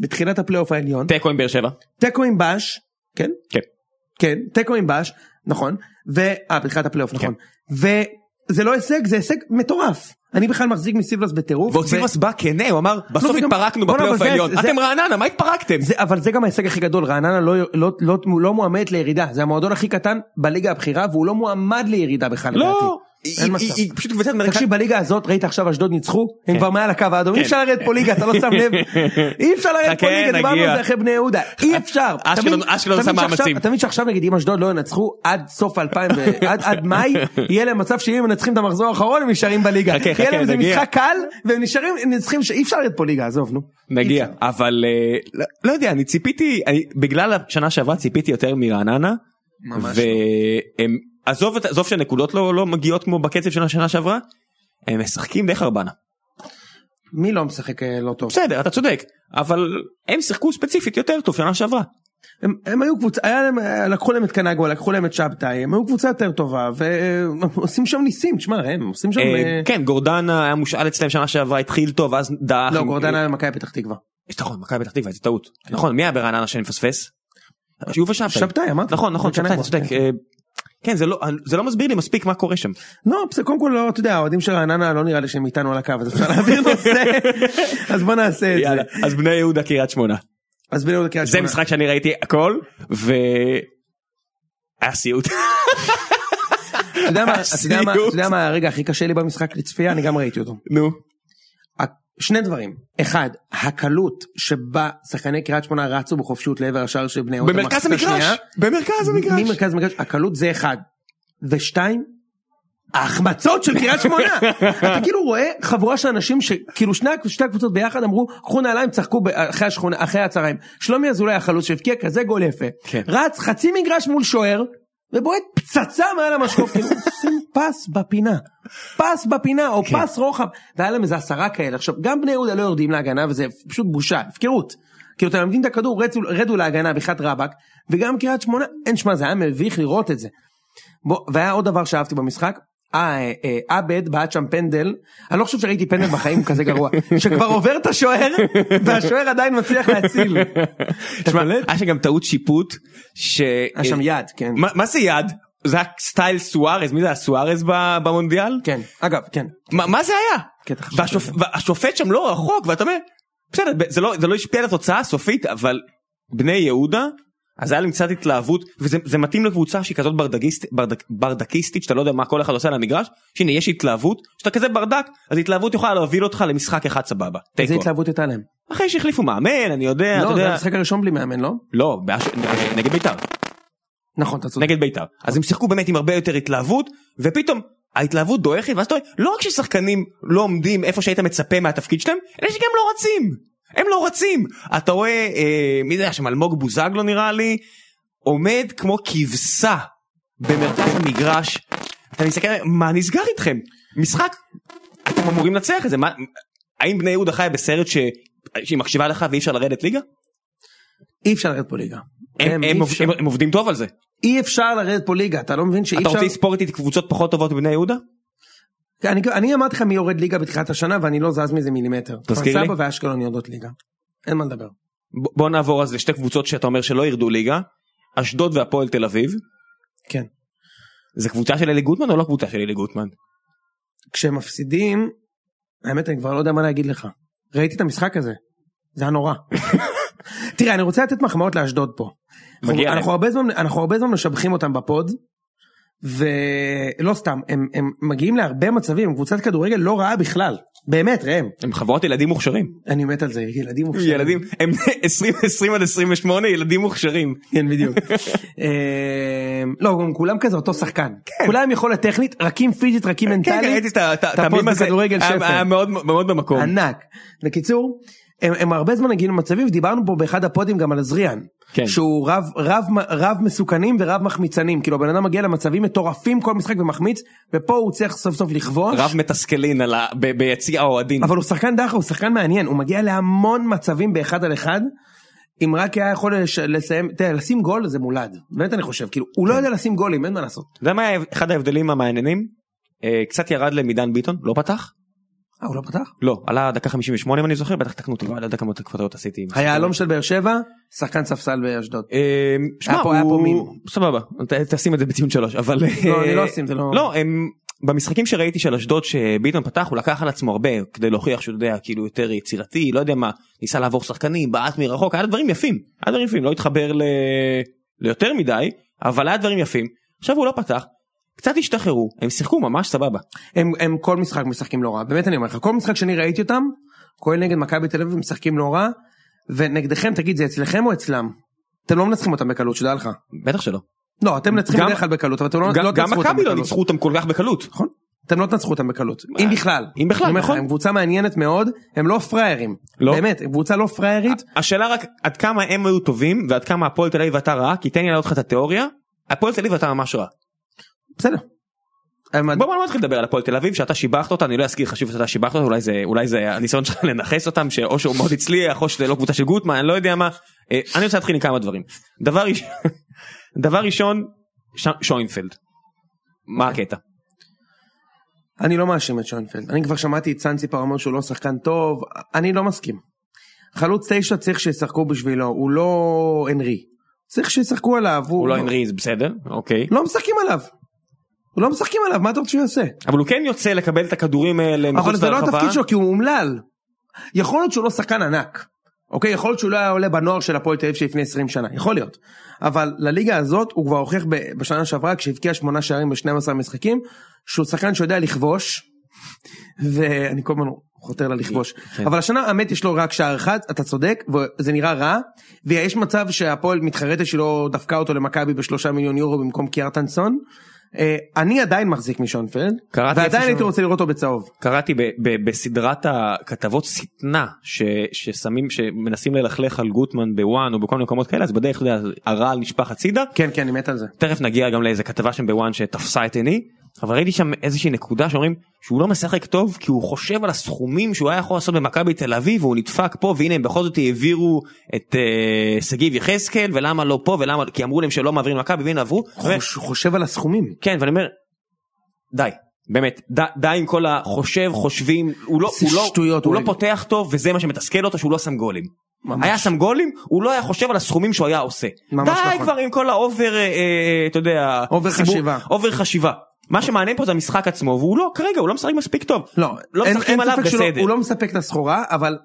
בתחילת הפלייאוף העליון,
תיקו עם באר שבע.
תיקו עם בש, כן?
כן.
כן, תיקו עם בש, נכון, ו... אה, בתחילת
כן.
הפלייאוף, נכון. וזה לא הישג, זה הישג מטורף. אני בכלל מחזיק מסילבס בטירוף.
ועוד
ו-
סילבס בא כנה, הוא אמר, בסוף
וגם-
התפרקנו
בואנה,
בפלייאוף
אבל זה-
העליון.
זה-
אתם רעננה, מה התפרקתם?
זה, אבל זה גם ההישג הכי גדול, רעננה לא, לא, לא, לא, לא מועמדת לירידה, זה המועדון הכי קטן בליגה הבכירה והוא לא מועמד לירידה בכלל
לא,
לדעתי.
היא-
אין
היא-
מצב.
היא פשוט קבוצת מרכז.
תקשיב בליגה הזאת ראית עכשיו אשדוד ניצחו הם
כן.
כבר מעל הקו האדום אי
כן.
אפשר לרדת פה ליגה אתה לא שם לב אי אפשר לרדת
חכה,
פה ליגה דיברנו
נגיע. אה,
על זה אחרי בני יהודה אי אפשר. אתה
אשקלון-
מבין-
אשקלון
אתה
עושה
מבין שעכשיו-
מאמצים.
אתה מבין שעכשיו נגיד אם אשדוד לא ינצחו עד סוף 2000 ו- עד- עד מאי יהיה להם מצב שאם הם מנצחים את המחזור האחרון הם נשארים בליגה.
חכה, חכה,
יהיה להם איזה
נגיע.
משחק קל והם נשארים הם נצחים שאי אפשר לרדת פה ליגה עזוב נו.
נגיע,
אי אפשר.
אבל אה, לא- לא יודע, אני ציפיתי, אני- בגלל השנה שעברה ציפיתי יותר מרעננה.
ממש לא.
והם, עזוב את- עזוב שהנקודות לא לא מגיעות כמו בקצב של השנה שעברה, הם משחקים די חרבנה.
מי לא משחק אה, לא טוב.
בסדר, אתה צודק, אבל הם שיחקו ספציפית יותר טוב שנה שעברה.
הם, הם היו קבוצה, היה להם, אה, לקחו להם את קנגו, לקחו להם את שבתאי, הם היו קבוצה יותר טובה, ועושים שם ניסים, תשמע, הם עושים שם...
אה,
אה,
כן, גורדנה היה מושאל אצלם שנה שעברה, התחיל טוב, אז דעך.
לא,
עם-
גורדנה היה במכבי פתח תקווה.
יש נכון, מכבי פתח תקווה, זה טעות. נכון, מי היה ברעננה שאני מפספס? שיובל אה, שבתאי.
שבתאי, אמרתי.
נכון, נכון,
וקנגו.
שבתאי, אתה צודק. אה, כן, זה לא- זה לא מסביר לי מספיק מה קורה שם.
לא, בסדר, קודם כל, לא, אתה יודע, האוהדים של רעננה לא נראה לי שהם איתנו על הקו, אז אפשר להעביר נושא, אז בוא נעשה את
יאללה,
זה.
אז בני יהודה קריית שמונה.
אז בני יהודה קריית
זה
שמונה.
משחק שאני ראיתי הכל, ו... היה סיוט.
אתה יודע מה- אתה יודע מה- אתה
הסיוט.
יודע מה הרגע הכי קשה לי במשחק לצפייה? אני גם ראיתי אותו.
נו.
שני דברים. אחד, הקלות שבה שחקני קריית שמונה רצו בחופשיות לעבר השער של בני יהודה.
במרכז
במחצית
המגרש.
השנייה.
במרכז המגרש.
ממרכז המגרש, הקלות זה אחד. ושתיים, ההחמצות של קריית שמונה. אתה כאילו רואה חבורה של אנשים שכאילו שני, שתי הקבוצות ביחד אמרו, קחו נעליים, צחקו ב- אחרי, השכונה, אחרי הצהריים. שלומי אזולאי החלוץ שהבקיע כזה גול יפה.
כן.
רץ חצי מגרש מול שוער, ובועט פצצה מעל המשחוק. כאילו, עושים פס בפינה. פס בפינה או
כן.
פס רוחב. והיה להם איזה עשרה כאלה. עכשיו, גם בני יהודה לא יורדים להגנה וזה פשוט בושה, הפקרות. כאילו אתם מלמדים את הכדור, רצו, רדו להגנה בחת רבאק, וגם קריית שמונה, אין שמע, זה היה מביך לראות את זה. בוא, והיה עוד דבר שאהבתי במשחק, אה, אה, אה, עבד בעט שם פנדל, אני לא חושב שראיתי פנדל בחיים כזה גרוע, שכבר עובר את השוער, והשוער עדיין מצליח להציל.
תשמע, היה שם גם טעות שיפוט, ש...
היה שם יד, כן.
אה, מה מה זה יד? זה היה סטייל סוארז, מי זה היה סוארז ב- במונדיאל?
כן, אגב, כן.
מה מה זה היה?
קטע חשוב.
והשופ... והשופט שם לא רחוק ואתה אומר בסדר זה לא זה לא השפיע על התוצאה הסופית אבל בני יהודה אז היה להם קצת התלהבות וזה זה מתאים לקבוצה שהיא כזאת ברדקיסט, ברדק, ברדקיסטית שאתה לא יודע מה כל אחד עושה על המגרש שהנה יש התלהבות שאתה כזה ברדק אז התלהבות יכולה להוביל אותך למשחק אחד סבבה
איזה
תיקו
התלהבות הייתה להם.
אחרי שהחליפו מאמן אני יודע אתה
לא, זה
יודע
המשחק הראשון בלי מאמן, לא?
לא באש... נגד בית"ר
נכון, אתה צודק.
נגד בית"ר. אז הם שיחקו באמת עם הרבה יותר התלהבות, ופתאום ההתלהבות דועכת, ואז אתה רואה, לא רק ששחקנים לא עומדים איפה שהיית מצפה מהתפקיד שלהם, אלא שגם לא רצים. הם לא רצים. אתה רואה, אה, מי זה היה שם, אלמוג בוזגלו נראה לי, עומד כמו כבשה במרכז המגרש. אתה מסתכל, מה נסגר איתכם? משחק, אתם אמורים לנצח את זה. מה, האם בני יהודה חיה בסרט ש... שהיא מקשיבה לך ואי אפשר לרדת ליגה?
אי אפשר לרדת פה ליגה. כן,
הם, הם,
אי
עוב-
אפשר-
הם, הם עובדים טוב על זה.
אי אפשר לרדת פה ליגה, אתה לא מבין שאי
אתה
אפשר...
רוצה לספור איתי את קבוצות פחות טובות מבני יהודה?
אני, אני אמרתי לך מי יורד ליגה בתחילת השנה ואני לא זז מזה מילימטר.
תזכיר לי.
כפר סבא ואשקלון יורדות ליגה. אין מה לדבר.
ב- בוא נעבור אז לשתי קבוצות שאתה אומר שלא ירדו ליגה, אשדוד והפועל תל אביב.
כן.
זה קבוצה של אלי גוטמן או לא קבוצה של אלי גוטמן?
כשהם מפסידים, האמת אני כבר לא יודע מה להגיד לך. ראיתי את המשחק הזה, זה היה נורא. תראה, אני רוצה לתת מחמאות לאשדוד פה.
מגיע
אנחנו-
להם.
אנחנו הרבה זמן- אנחנו הרבה זמן משבחים אותם בפוד, ולא סתם, הם, הם מגיעים להרבה מצבים, הם קבוצת כדורגל לא רעה בכלל. באמת, ראם,
הם חבורת ילדים מוכשרים.
אני מת על זה, ילדים מופשרים.
ילדים, הם 20, 20 עד 28 ילדים מוכשרים.
כן, בדיוק. אה, לא, גם כולם כזה אותו שחקן. כולם עם יכולת טכנית, רכים פיזית, רכים
כן, כן,
מנטלית.
ראיתי את ה- את ה- את
אתה
המים
פוסט
הזה,
בכדורגל
היה-
שפל.
היה מאוד מאוד במקום.
ענק. בקיצור, הם, הם הרבה זמן הגיעו למצבים, ודיברנו פה באחד הפודים גם על זריאן.
כן.
שהוא רב, רב, רב מסוכנים ורב מחמיצנים, כאילו הבן אדם מגיע למצבים מטורפים כל משחק ומחמיץ, ופה הוא צריך סוף סוף לכבוש.
רב מתסכלין על ה- ב- ביציע האוהדים.
אבל הוא שחקן דחה, הוא שחקן מעניין, הוא מגיע להמון מצבים באחד על אחד. אם רק היה יכול לש- לסיים, תראה, לשים גול זה מולד, באמת אני חושב, כאילו,
כן.
הוא לא יודע לשים גולים, אין מה לעשות.
אתה יודע מה היה אחד ההבדלים המעניינים? אה, קצת ירד למידן ביטון, לא פתח?
אה, הוא לא פתח?
לא, עלה דקה 58 אם אני זוכר, בטח תקנו אותי, לא יודע כמה תקפויות עשיתי. עם הסיפור.
היהלום של באר שבע, שחקן ספסל באשדוד.
אה, שמע,
פה- היה פה
הוא-
מים.
סבבה, ת- תשים את זה בציון שלוש, אבל...
לא, אני לא אשים, זה לא-
לא, הם... במשחקים שראיתי של אשדוד שביטון פתח הוא לקח על עצמו הרבה כדי להוכיח שהוא יודע כאילו יותר יצירתי לא יודע מה ניסה לעבור שחקנים בעט מרחוק היה דברים יפים היה דברים יפים לא התחבר ל... ליותר מדי אבל היה דברים יפים עכשיו הוא לא פתח קצת השתחררו הם שיחקו ממש סבבה
הם, הם כל משחק משחקים לא רע, באמת אני אומר לך, כל משחק שאני ראיתי אותם, כולל נגד מכבי תל אביב משחקים לא רע, ונגדכם תגיד זה אצלכם או אצלם? אתם לא מנצחים אותם בקלות, שתדע לך.
בטח שלא
לא, אתם מנצחים
גם-
בדרך כלל בקלות, אבל אתם לא,
גם-
לא
גם
תנצחו אותם
מכבי לא
בקלות.
ניצחו אותם כל כך בקלות
נכון. אתם לא תנצחו אותם בקלות, אם בכלל.
אם בכלל,
אני אומר לך,
נכון.
הם קבוצה מעניינת מאוד, הם לא פראיירים.
לא. אה.
באמת, הם קבוצה לא פראיירית.
השאלה רק עד כמה הם היו טובים ועד כמה הפועל תל אביב ואתה רעה כי תן לי להעלות לך את התיאוריה הפועל תל אביב ואתה ממש רע
בסדר. הם-
בוא בוא נתחיל לדבר על הפועל תל אביב שאתה שיבחת אותה אני לא אזכיר לך שוב שאתה שיבחת אותה אולי זה אולי זה הניסיון שלך לנכס אותם שאו שהוא מאוד הצליח או שזה לא קבוצה של גוטמן אני לא יודע מה אה, אני רוצה להתחיל עם כמה דברים דבר ראשון דבר ראשון ש... שוינפלד. מה
אוקיי.
הקטע?
אני לא מאשים את שוינפלד, אני כבר שמעתי את סנציפר אומר שהוא לא שחקן טוב, אני לא מסכים. חלוץ תשע צריך שישחקו בשבילו, הוא לא הנרי. צריך שישחקו עליו.
הוא לא הנרי זה בסדר אוקיי
לא משחקים עליו. הוא לא משחקים עליו, מה אתה רוצה שהוא יעשה?
אבל הוא כן יוצא לקבל את הכדורים האלה
אבל
מחוץ
זה לא התפקיד
לרחבה.
שלו כי הוא אומלל. יכול להיות שהוא לא שחקן ענק. אוקיי, יכול להיות שהוא לא היה עולה בנוער של הפועל תל אביב שלפני 20 שנה, יכול להיות. אבל לליגה הזאת הוא כבר הוכיח ב- בשנה שעברה כשהבקיע 8 שערים ב-12 משחקים, שהוא שחקן שיודע לכבוש, ואני כל הזמן חותר ללכבוש.
כן.
אבל השנה האמת יש לו רק שער אחד, אתה צודק, וזה נראה רע, ויש מצב שהפועל מתחרטת שלא דפקה אותו למכבי בשלושה מיליון יורו במקום קיארטנסון. אה, אני עדיין מחזיק משונפלד,
קראתי
ועדיין
איפשהו-
הייתי רוצה לראות אותו בצהוב.
קראתי ב- ב- בסדרת הכתבות שטנה ש- ששמים שמנסים ללכלך על גוטמן בוואן או בכל מיני מקומות כאלה אז בדרך כלל הרעל נשפך הצידה
כן, כן, אני מת על זה.
תכף נגיע גם לאיזה כתבה שם בוואן שתפסה את עיני אבל ראיתי שם איזושהי נקודה שאומרים שהוא לא משחק טוב כי הוא חושב על הסכומים שהוא היה יכול לעשות במכבי תל אביב והוא נדפק פה והנה הם בכל זאת העבירו את אה, שגיב יחזקאל ולמה לא פה ולמה כי אמרו להם שלא מעבירים למכבי והנה עברו.
הוא חוש- חושב על הסכומים.
כן ואני אומר די באמת ד, די עם כל החושב חושבים הוא לא
זה
הוא לא
שטויות,
הוא לא
אורי.
פותח טוב וזה מה שמתסכל אותו שהוא לא שם גולים.
ממש.
היה שם גולים הוא לא היה חושב על הסכומים שהוא היה עושה.
ממש
די
נכון.
כבר עם כל האובר אה, אה, אתה יודע
אובר
סיבור-
חשיבה.
אובר חשיבה. מה שמעניין פה זה המשחק עצמו והוא לא כרגע הוא לא משחק מספיק טוב.
לא,
לא
אין-
משחקים
אין
עליו
ספק שלא-
בסדר.
הוא לא מספק את הסחורה, אבל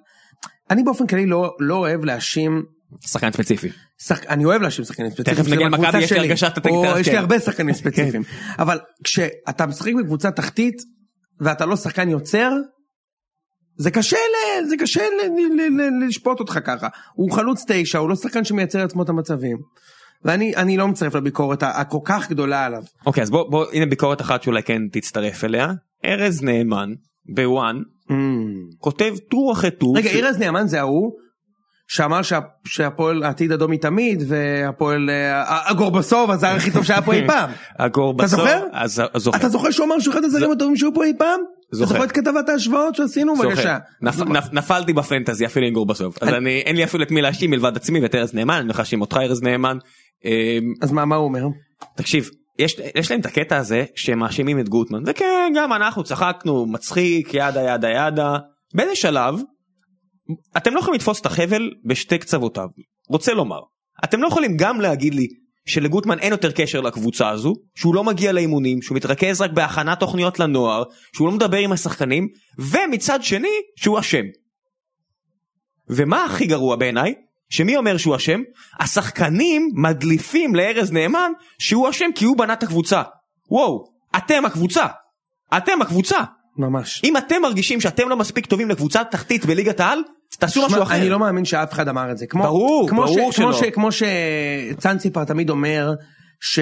אני באופן כללי לא לא אוהב להאשים.
שחקן ספציפי.
שחק... אני אוהב להאשים שחקנים ספציפיים.
תכף
זה
נגיע
בקבוצה
למכבי, יש לי
שלי.
הרגשה שאתה תגיד את
או
ה-
יש לי
כן.
הרבה שחקנים ספציפיים. אבל כשאתה משחק בקבוצה תחתית, ואתה לא שחקן יוצר, זה קשה, ל... זה קשה ל... ל... ל... ל... לשפוט אותך ככה. הוא חלוץ תשע, הוא לא שחקן שמייצר לעצמו את המצבים. ואני אני לא מצטרף לביקורת ה- הכל כך גדולה עליו.
אוקיי אז בוא בוא הנה ביקורת אחת שאולי כן תצטרף אליה ארז נאמן בוואן Mm. כותב טור אחרי טור.
רגע,
ש-
ארז נאמן זה ההוא שאמר שה- שהפועל עתיד אדום מתמיד והפועל אה, הגורבסוב הזר הכי טוב שהיה פה אי פעם.
כן. הגור
אתה
בסוף.
זוכר?
אז- אז זוכר.
אתה זוכר שהוא אמר שהוא אחד הזרים הטובים שהיו פה אי פעם? אתה
זוכר.
זוכר את כתבת ההשוואות שעשינו?
זוכר. נכון.
בבקשה.
נפ- נפ- נפלתי בפנטזי אפילו עם גור בסוף. אז אני אין לי אפילו את מי להאשים מלבד עצמי ואת ארז נאמן אני מחאשים אותך ארז נאמן. אמ,
אז מה, מה הוא אומר?
תקשיב, יש, יש להם את הקטע הזה שהם מאשימים את גוטמן, וכן, גם אנחנו צחקנו, מצחיק, ידה ידה ידה. באיזה שלב, אתם לא יכולים לתפוס את החבל בשתי קצוותיו. רוצה לומר, אתם לא יכולים גם להגיד לי שלגוטמן אין יותר קשר לקבוצה הזו, שהוא לא מגיע לאימונים, שהוא מתרכז רק בהכנת תוכניות לנוער, שהוא לא מדבר עם השחקנים, ומצד שני, שהוא אשם. ומה הכי גרוע בעיניי? שמי אומר שהוא אשם? השחקנים מדליפים לארז נאמן שהוא אשם כי הוא בנה את הקבוצה. וואו, אתם הקבוצה. אתם הקבוצה.
ממש.
אם אתם מרגישים שאתם לא מספיק טובים לקבוצה תחתית בליגת העל, תעשו משהו
שמע,
אחר.
אני לא מאמין שאף אחד אמר את זה. כמו,
ברור,
כמו
ברור
ש, כמו
שלא.
ש, כמו שצאנציפר תמיד אומר, ש...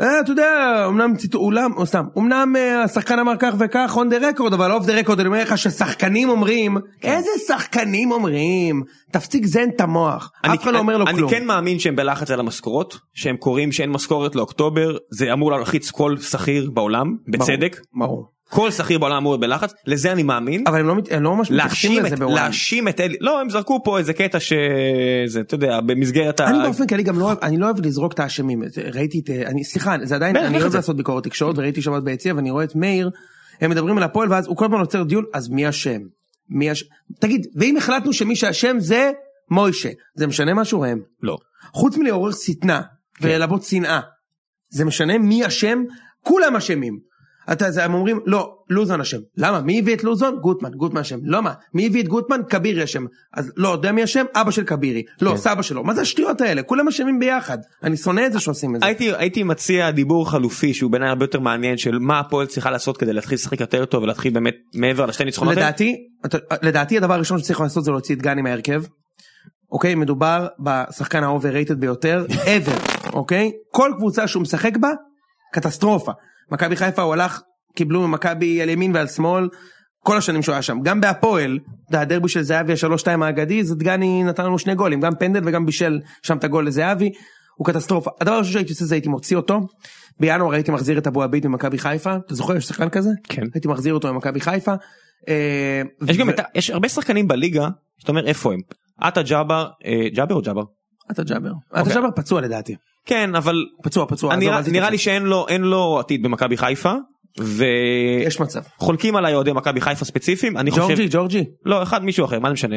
אה, אתה יודע, אמנם, ציטו- אולם, או סתם, אמנם אה, השחקן אמר כך וכך, on the record, אבל off the record, אני אומר לך ששחקנים אומרים,
כן.
איזה שחקנים אומרים, תפסיק זן את המוח, אף אחד לא אומר לו
אני
כלום.
אני כן מאמין שהם בלחץ על המשכורות, שהם קוראים שאין משכורת לאוקטובר, זה אמור להלחיץ כל שכיר בעולם,
ברור,
בצדק.
ברור.
כל שכיר בעולם אמור להיות בלחץ, לזה אני מאמין.
אבל הם לא, מת- הם לא ממש מתייחסים
להאשים את,
לזה בעולם.
להאשים את אלי, לא הם זרקו פה איזה קטע שזה, אתה יודע, במסגרת ה...
אני באופן כללי גם לא אוהב, אני לא אוהב לזרוק את האשמים, זה- ראיתי את, אני, סליחה, זה עדיין,
בטח,
אני
בטח
אוהב
זה.
לעשות ביקורת תקשורת, וראיתי שבת ביציע, ואני רואה את מאיר, הם מדברים על הפועל, ואז הוא כל פעם יוצר דיון, אז מי אשם? מי אשם? תגיד, ואם החלטנו שמי שאשם זה מוישה, זה משנה משהו ראם?
לא.
חוץ מלעורר שטנה, וללבות שנאה, זה משנה מי אשם? כולם אשמים. אתה, זה, הם אומרים, לא, לוזון אשם. למה? מי הביא את לוזון? גוטמן, גוטמן אשם. לא מה, מי הביא את גוטמן? כבירי אשם. אז לא, יודע מי אשם? אבא של כבירי. לא, סבא שלו. מה זה השטויות האלה? כולם אשמים ביחד. אני שונא את זה שעושים את זה.
הייתי הייתי מציע דיבור חלופי שהוא בעיניי הרבה יותר מעניין של מה הפועל צריכה לעשות כדי להתחיל לשחק יותר טוב ולהתחיל באמת מעבר לשתי ניצחונות. האלה.
לדעתי, אתה- לדעתי הדבר הראשון שצריך לעשות זה להוציא את גני מההרכב. אוקיי, מדובר בשחקן ה-overrated ביותר ever, אוקיי? כל קבוצה שהוא משחק בה, קטסטרופה. מכבי חיפה הוא הלך, קיבלו ממכבי על ימין ועל שמאל, כל השנים שהוא היה שם. גם בהפועל, אתה יודע, הדרבי של זהבי השלוש-שתיים האגדי, אז דגני נתן לנו שני גולים, גם פנדל וגם בישל שם את הגול לזהבי, הוא קטסטרופה. הדבר הראשון שהייתי עושה זה הייתי מוציא אותו, בינואר הייתי מחזיר את אבו עביד ממכבי חיפה, אתה זוכר יש שחקן כזה?
כן.
הייתי מחזיר אותו ממכבי חיפה. אה,
יש גם
ו-
את ה- יש הרבה שחקנים בליגה שאתה אומר איפה הם. עטה ג'אבר אה, ג'אבר או ג'אבר?
אתה ג'אבר.
אוקיי.
אתה ג'אבר פצוע לדעתי.
כן אבל
פצוע פצוע.
אני-
עזוב, אל
נראה
תתעצבן.
לי שאין לו אין לו עתיד במכבי חיפה. וחולקים
יש מצב.
עליי אוהדי מכבי חיפה ספציפיים אני חושב
ג'ורג'י ג'ורג'י.
לא אחד מישהו אחר מה זה משנה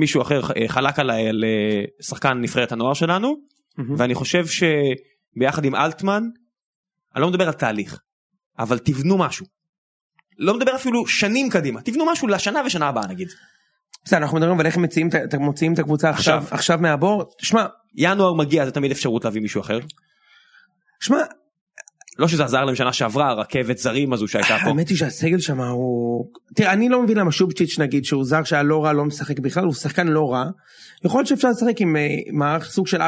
מישהו אחר אה, חלק עליי על אה, שחקן נבחרת הנוער שלנו ואני חושב שביחד עם אלטמן אני לא מדבר על תהליך אבל תבנו משהו. לא מדבר אפילו שנים קדימה תבנו משהו לשנה ושנה הבאה נגיד
בסדר אנחנו מדברים אבל איך מציעים את ה- את ה- מוציאים את הקבוצה עכשיו
עכשיו.
עכשיו מהבור. שמע
ינואר מגיע זה תמיד אפשרות להביא מישהו אחר
שמע
לא שזה עזר להם שנה שעברה הרכבת זרים הזו שהייתה פה
האמת היא שהסגל שם הוא... תראה, אני לא מבין למה שובצ'יץ' נגיד, שהוא זר שהיה לא רע, לא משחק בכלל, הוא שחקן לא רע. יכול להיות שאפשר לשחק עם אה, מערך סוג של 4-5-1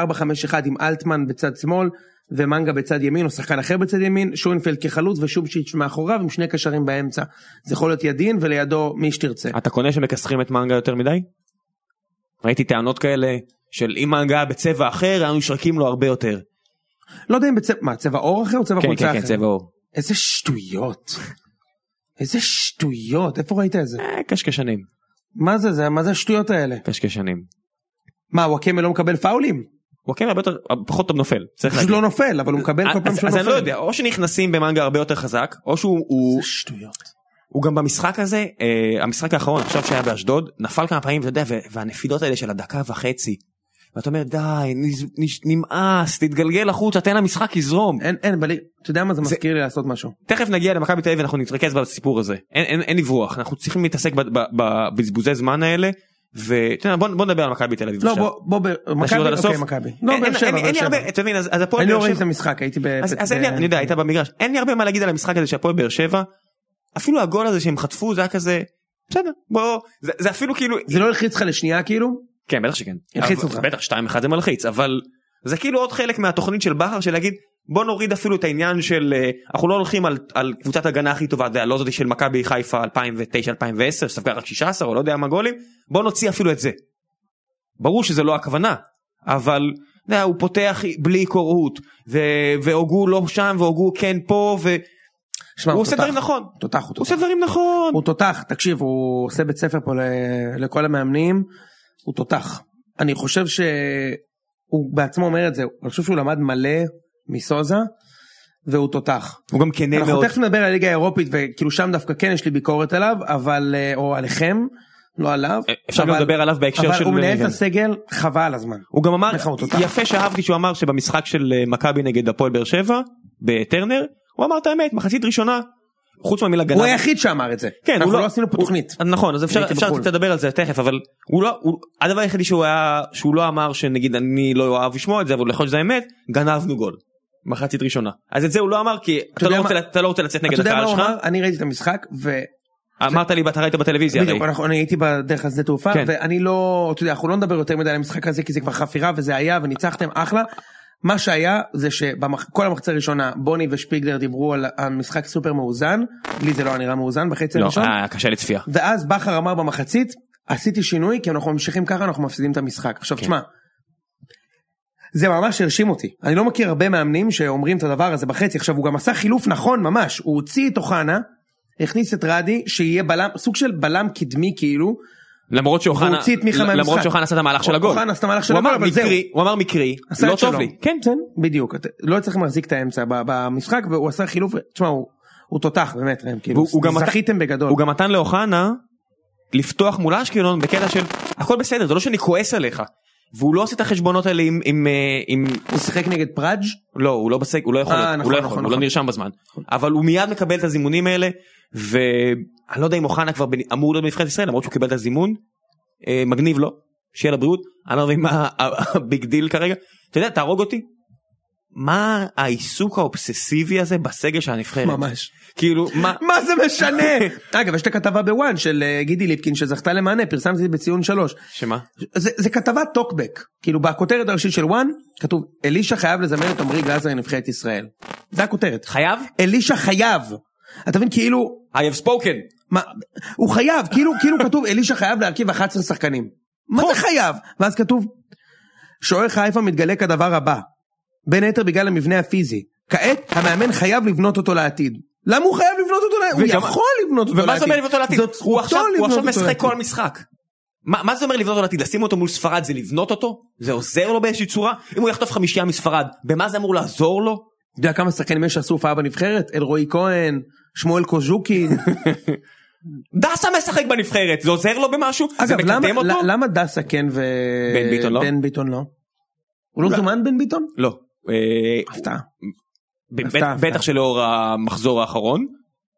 עם אלטמן בצד שמאל, ומנגה בצד ימין, או שחקן אחר בצד ימין, שונפלד כחלוץ ושובצ'יץ' מאחוריו עם שני קשרים באמצע. זה יכול להיות ידין ולידו מי שתרצה.
אתה קונה שמכסחים את מנגה יותר מדי? ראיתי טענות כאלה של אם מנגה היה בצבע אחר היינו נשרקים לו הרבה יותר.
לא יודע אם בצבע... מה, צבע עור אחר או צבע
כן
חולצה
כן
אחר?
כן צבע עור.
איזה שטויות. איזה שטויות, איפה ראית את זה?
אה, קשקשנים
מה זה זה? מה זה השטויות האלה?
קשקשנים.
מה, וואקמה לא מקבל פאולים?
וואקמה כן הרבה יותר פחות טוב נופל צריך
פשוט
להגיד.
לא נופל, אבל הוא מקבל כל
אז-
פעם
אז-
שהוא
אז
נופל.
אני לא יודע או שנכנסים במנגה הרבה יותר חזק או שהוא הוא-
זה שטויות.
הוא גם במשחק הזה אה, המשחק האחרון עכשיו שהיה באשדוד נפל כמה פעמים אתה יודע ו- והנפילות האלה של הדקה וחצי. ואתה אומר די נז- נש- נמאס תתגלגל החוצה תן למשחק יזרום
אין, אין, בלי, אתה יודע מה זה מזכיר לי לעשות משהו.
תכף נגיע למכבי תל אביב אנחנו נתרכז בסיפור הזה אין אין אין לברוח אנחנו צריכים להתעסק ב- ב- בבזבוזי זמן האלה ובוא נדבר על מכבי תל אביב.
לא,
עכשיו.
בוא, בוא, ב- מכבי,
נשאיר אותה
אוקיי,
לסוף?
מכבי.
אין-
לא,
אין-
באר שבע,
אין-
באר
אין לי הרבה
שבע.
אתה מבין אז אז הפועל
אני לא
באר
ראיתי את
שבע.
המשחק, הייתי ב...
אז,
ב-
אז אין לי,
ב-
אני יודע, היית במגרש, אין לי הרבה מה להגיד על המשחק הזה שהפועל באר שבע, אפילו הגול הזה שהם חטפו זה היה כזה, בסדר, בוא, זה, זה אפילו כאילו,
זה לא הלחיץ לך לשנייה כאילו?
כן בטח שכן,
הלחיץ
אבל-
אותך.
בטח 2-1 זה מלחיץ, אבל זה כאילו עוד חלק מהתוכנית של בכר של להגיד בוא נוריד אפילו את העניין של אה, אנחנו לא הולכים על, על קבוצת הגנה הכי טובה, אתה יודע, לא זאתי של מכבי חיפה 2009-2010 שספגה רק 16 או לא יודע מה גולים, בוא נוציא אפילו את זה. ברור שזה לא הכוונה, אבל אתה יודע, הוא פותח בלי קוראות, ו- והוגו לא שם והוגו כן פה, והוא
שמע,
עושה
תותח.
דברים נכון, הוא
תותח, הוא תותח.
עושה דברים נכון.
אה, הוא תותח, תקשיב, הוא עושה בית ספר פה ל- לכל המאמנים, הוא תותח. אני חושב שהוא בעצמו אומר את זה, אני חושב שהוא למד מלא מסוזה, והוא תותח.
הוא גם כנה
אנחנו
מאוד.
תכף נדבר על הליגה האירופית, וכאילו שם דווקא כן יש לי ביקורת עליו, אבל, אה, או עליכם, לא עליו.
אה, אפשר גם
אבל-
לדבר עליו בהקשר
אבל
של...
הוא מנהל את
כן.
הסגל, חבל על הזמן.
הוא גם אמר,
לך הוא תותח.
יפה שאהבתי שהוא אמר שבמשחק של אה, מכבי נגד הפועל באר שבע, בטרנר, הוא אמר את האמת, מחצית ראשונה, חוץ מהמילה גנב.
הוא היחיד שאמר את זה.
כן, הוא
אנחנו
לא-
לא עשינו פה
הוא-
תוכנית.
אז נכון, אז אפשר,
הייתי
אפשר
בחו"ל.
לדבר על זה תכף, אבל הוא לא, הוא, הדבר היחידי שהוא היה, שהוא לא אמר שנגיד אני לא אוהב לשמוע את זה, אבל יכול להיות שזה האמת, גנבנו גול. מחצית ראשונה. אז את זה הוא לא אמר כי אתה,
יודע
לא, רוצה,
מה-
לה- אתה לא רוצה לצאת נגד
אתה יודע מה
הקהל
הוא
שלך, אה,
אמר? אני ראיתי את המשחק, ו...
אמרת לי, אתה ראית בטלוויזיה הרי.
בדיוק, אנחנו- אני הייתי בדרך לשדה תעופה,
כן.
ואני לא, אתה יודע, אנחנו לא נדבר יותר מדי על המשחק הזה, כי זה כבר חפירה, וזה היה, וניצחתם, אחלה. מה שהיה, זה שכל המחצה הראשונה, בוני ושפיגלר דיברו על המשחק סופר מאוזן, לי זה לא היה נראה מאוזן בחצי
לא,
הראשון,
היה קשה לצפייה.
ואז בכר אמר במחצית, עשיתי שינוי, כי אנחנו ממשיכים ככה, אנחנו מפסידים את המשחק.
כן.
עכשיו, תשמע, זה ממש הרשים אותי. אני לא מכיר הרבה מאמנים שאומרים את הדבר הזה בחצי. עכשיו, הוא גם עשה חילוף נכון ממש. הוא הוציא את אוחנה, הכניס את רדי, שיהיה בלם, סוג של בלם קדמי כאילו.
למרות שאוחנה,
והוא הוציא את מיכה
למרות
מהמשחק.
שאוחנה עשה את המהלך של הגול.
אוחנה עשה את המהלך של
הוא
הגול,
אמר
אבל זהו.
מקרי, הוא אמר מקרי,
עשה
לא
את
טוב
שלו.
לי. כן,
בסדר, בדיוק. אתה- לא צריך להחזיק את האמצע ב- במשחק, והוא עשה חילוף, תשמע, הוא- הוא תותח באמת, ראם, כאילו,
והוא- הוא גם-
זכיתם בגדול.
הוא גם נתן לאוחנה לפתוח מול אשקלון בקטע של הכל בסדר זה לא שאני כועס עליך. והוא לא עושה את החשבונות האלה עם עם אה, עם
הוא שיחק נגד פראג'
לא הוא לא בסג הוא לא יכול
אה,
הוא
נכון,
לא
נכון,
יכול הוא
נכון.
לא נרשם בזמן אבל הוא מיד מקבל את הזימונים האלה ואני לא יודע אם אוחנה כבר בנ- אמור להיות בנבחרת ישראל למרות שהוא קיבל את הזימון. אה, מגניב לו שיהיה לבריאות אני לא מבין מה הביג דיל כרגע אתה יודע תהרוג אותי. מה העיסוק האובססיבי הזה בסגל של הנבחרת
ממש.
כאילו מה
מה זה משנה? אגב, יש את הכתבה בוואן של אה, גידי ליפקין שזכתה למענה, פרסמתי את זה בציון שלוש.
שמה
זה, זה כתבת טוקבק, כאילו בכותרת הראשית של וואן, כתוב, אלישע חייב לזמן את עמרי גלאזר לנבחרת ישראל. זה הכותרת.
חייב
אלישע חייב. אתה מבין, כאילו,
I have spoken
מה, הוא חייב, כאילו, כאילו כתוב, אלישע חייב להרכיב 11 שחקנים. מה
נכון.
זה חייב? ואז כתוב, שוער חיפה מתגלה כדבר הבא, בין היתר בגלל המבנה הפיזי. כעת, המאמן חייב לבנות אותו לעתיד. למה הוא חייב לבנות אותו לעתיד?
וגם-
הוא יכול לבנות אותו לא, לעתיד.
ומה זה אומר לבנות אותו לעתיד?
זאת
הוא עכשיו-
זכותו
הוא
לבנות
עכשיו
אותו
משחק
לעתיד.
כל משחק. מה מה זה אומר לבנות אותו לעתיד? לשים אותו מול ספרד זה לבנות אותו? זה עוזר לו באיזושהי צורה? אם הוא יחטוף חמישייה מספרד, במה זה אמור לעזור לו?
אתה יודע כמה שחקנים יש שעשו הופעה בנבחרת? אלרועי כהן, שמואל קוז'וקין.
דסה משחק בנבחרת, זה עוזר לו במשהו? זה
אגב, למה-
מקדם אותו?
ל- למה דסה כן ו...
בן ביטון לא?
בן ביטון לא. הוא לא
אולי-
זומן בן ביטון?
לא. אה,
הפתעה.
ב-
הפתעה,
בט-
הפתעה.
בטח שלאור המחזור האחרון.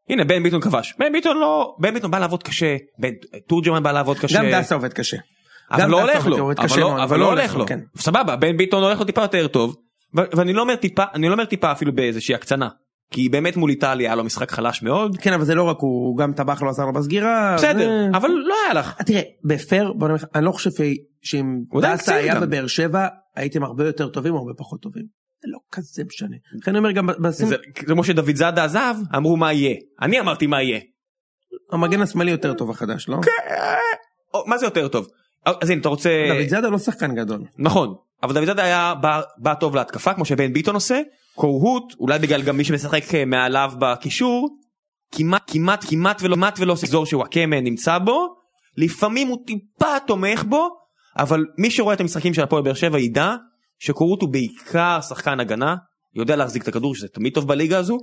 הנה בן ביטון כבש. בן ביטון לא... בן ביטון בא לעבוד קשה, בן- תורג'מן בא לעבוד קשה.
גם דסה עובד קשה.
אבל
גם
לא
דסה
הולך לו,
עובד
אבל
קשה
לא-
מאוד,
אבל לא הולך לו,
כן.
סבבה, בן ביטון הולך לו טיפה יותר טוב, ו- ואני לא אומר טיפה, אני לא אומר טיפה אפילו באיזושהי הקצנה, כי באמת מול איטליה היה לו משחק חלש מאוד,
כן, אבל זה לא רק הוא, הוא גם טבח לא עזר לו בסגירה.
בסדר,
ו-
אבל לא היה לך,
אה, תראה, בפייר, בוא נאמר לך, אני לא חושב ש- שאם
הוא עדיין
דסה
קצין
היה
גם.
בבאר שבע, הייתם הרבה יותר טובים או הרבה פחות טובים. זה לא כזה משנה. לכן אני אומר גם, ב- בשים-
זה כמו שדוד זאדה עזב, אמרו מה יהיה, אני אמרתי מה יהיה,
המגן השמאלי יותר טוב החדש, לא?
כן. או, מה זה יותר טוב, אז הנה אתה רוצה,
דוד זאדה לא שחקן גדול.
נכון, אבל דוד זאדה היה בא- בא טוב להתקפה כמו שבן ביטון עושה, קורהוט, אולי בגלל גם מי שמשחק אה, מעליו בקישור, כמעט כמעט כמעט ולא כמעט ולא עושה זור שוואקמה נמצא בו, לפעמים הוא טיפה תומך בו, אבל מי שרואה את המשחקים של הפועל באר שבע ידע שקורות הוא בעיקר שחקן הגנה, יודע להחזיק את הכדור שזה תמיד טוב בליגה הזו,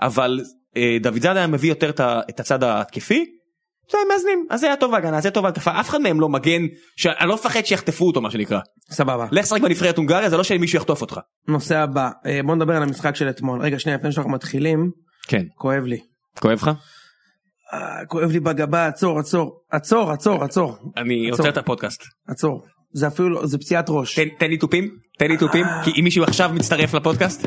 אבל אה, דוד זאדה היה מביא יותר את, ה- את הצד ההתקפי. זה הם מאזנים, אז זה היה טוב בהגנה, אז זה היה טוב בהתקפה, אף אחד מהם לא מגן, שאני לא מפחד שיחטפו אותו מה שנקרא.
סבבה.
לך שחק בנבחרת הונגריה זה לא שמישהו יחטוף אותך.
נושא הבא, אה, בוא נדבר על המשחק של אתמול. רגע, שנייה, לפני שאנחנו מתחילים,
כן.
כואב לי.
כואב לך?
אה, כואב לי בגבה, עצור, עצור, עצור, עצור, עצור,
אני
עצור.
עוצר את הפודקאסט.
עצור. זה אפילו לא, זה פציעת ראש.
תן- תן לי תופים, תן לי תופים, כי אם מישהו עכשיו מצטרף לפודקאסט,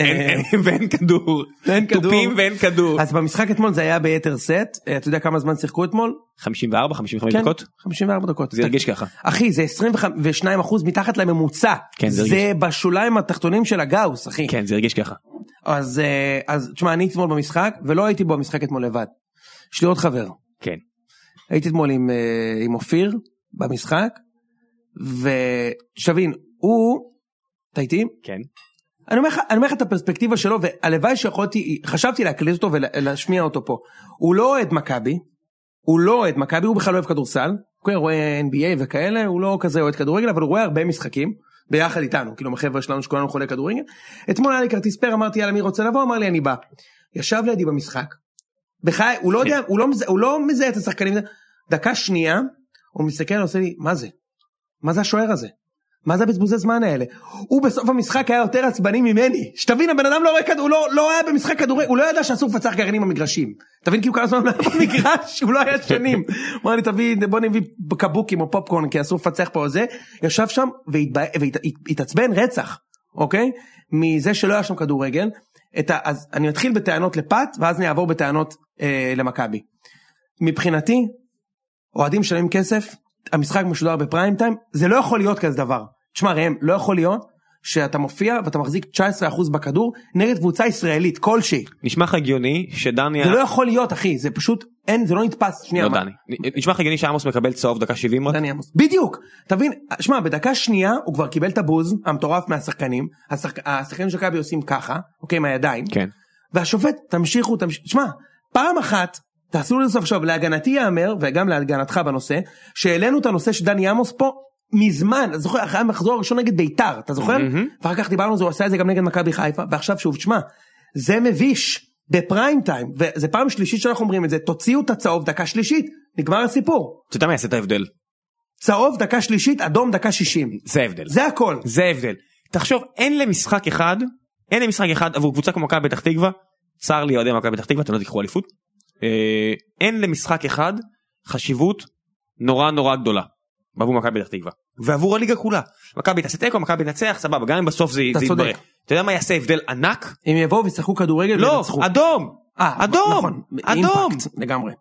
אה,
אין- אין- ואין כדור.
אין כדור.
תופים ואין כדור.
אז במשחק אתמול זה היה ביתר סט, אה, אתה יודע כמה זמן שיחקו אתמול?
54 55
כן,
דקות
54 דקות. כן.
זה הרגיש ככה.
אחי זה 22 אחוז מתחת לממוצע.
כן, זה
זה בשוליים התחתונים של הגאוס אחי.
כן זה הרגיש ככה.
אז אה, אז תשמע אני אתמול במשחק ולא הייתי בו במשחק אתמול לבד. יש לי עוד חבר.
כן.
הייתי אתמול עם, אה, עם אופיר במשחק, ושתבין, הוא, אתה איתי?
כן.
אני אומר לך- אני אומר לך את הפרספקטיבה שלו, והלוואי שיכולתי, חשבתי להקליט אותו ולהשמיע אותו פה. הוא לא אוהד מכבי, הוא לא אוהד מכבי, הוא בכלל לא אוהב כדורסל, הוא כן רואה NBA וכאלה, הוא לא כזה אוהד כדורגל, אבל הוא רואה הרבה משחקים, ביחד איתנו, כאילו עם החבר'ה שלנו שכולנו חולי כדורגל. אתמול היה לי כרטיס פר, אמרתי יאללה מי רוצה לבוא? אמר לי אני בא. ישב לידי במשחק, בחיי, הוא לא יודע, הוא לא, מזה- הוא לא מזהה את השחקנים, דקה שנייה, הוא מסתכל ועושה לי, מה זה? מה זה השוער הזה? מה זה הבזבוזי זמן האלה? הוא בסוף המשחק היה יותר עצבני ממני. שתבין, הבן אדם לא רואה כדור, הוא לא, לא היה במשחק כדורגל, הוא לא ידע שאסור לפצח גרעינים במגרשים. תבין, כאילו כמה זמן הוא לא היה במגרש, הוא לא היה שנים. אמר לי, תביא, בוא נביא קבוקים או פופקורן, כי אסור לפצח פה או זה. ישב שם והתעצבן רצח, אוקיי? מזה שלא היה שם כדורגל. את ה, אז אני אתחיל בטענות לפת, ואז אני אעבור בטענות אה, למכבי. מבחינתי, אוהדים משלמים כסף, המשחק משודר בפריים טיים, זה לא יכול להיות כזה דבר. תשמע ראם, לא יכול להיות שאתה מופיע ואתה מחזיק 19% בכדור נגד קבוצה ישראלית כלשהי.
נשמע לך הגיוני שדניה
זה לא יכול להיות אחי, זה פשוט, אין, זה לא נתפס. שנייה,
לא
מה-
דני. נ- נשמע לך הגיוני שעמוס מקבל צהוב דקה 70 רק?
דני עמוס. בדיוק, תבין, שמע בדקה שנייה הוא כבר קיבל את הבוז המטורף מהשחקנים, השחק- השחקנים של מכבי עושים ככה, אוקיי, עם הידיים,
כן.
והשופט תמשיכו תמשיכו שמע פעם אחת תעשו לזה סוף עכשיו להגנתי ייאמר וגם להגנתך בנושא שהעלינו את הנושא של דני עמוס פה מזמן אתה זוכר אחרי המחזור הראשון נגד ביתר אתה זוכר
מהמם.
ואחר כך דיברנו על זה הוא עשה את זה גם נגד מכבי חיפה ועכשיו שוב תשמע זה מביש בפריים טיים וזה פעם שלישית שאנחנו אומרים את זה תוציאו את הצהוב דקה שלישית נגמר הסיפור
אתה יודע מה יעשה את ההבדל?
צהוב דקה שלישית אדום דקה שישים
זה ההבדל.
זה הכל
זה ההבדל. תחשוב, אין למשחק אחד, אין למשחק אחד עבור קבוצה כמו מכבי פתח תקווה, צר לי אוהדי מכבי פתח תקווה, אתם לא תיקחו אליפות, אה, אין למשחק אחד חשיבות נורא נורא גדולה. בעבור מכבי פתח תקווה ועבור הליגה כולה מכבי תעשה תיקו מכבי תנצח סבבה גם אם בסוף זה
אתה
זה
צודק.
יתברר. אתה יודע מה יעשה הבדל ענק?
הם יבואו וישחקו כדורגל
לא
וינצחו.
אדום
אה,
אדום,
נכון,
אדום.
אימפקט, לגמרי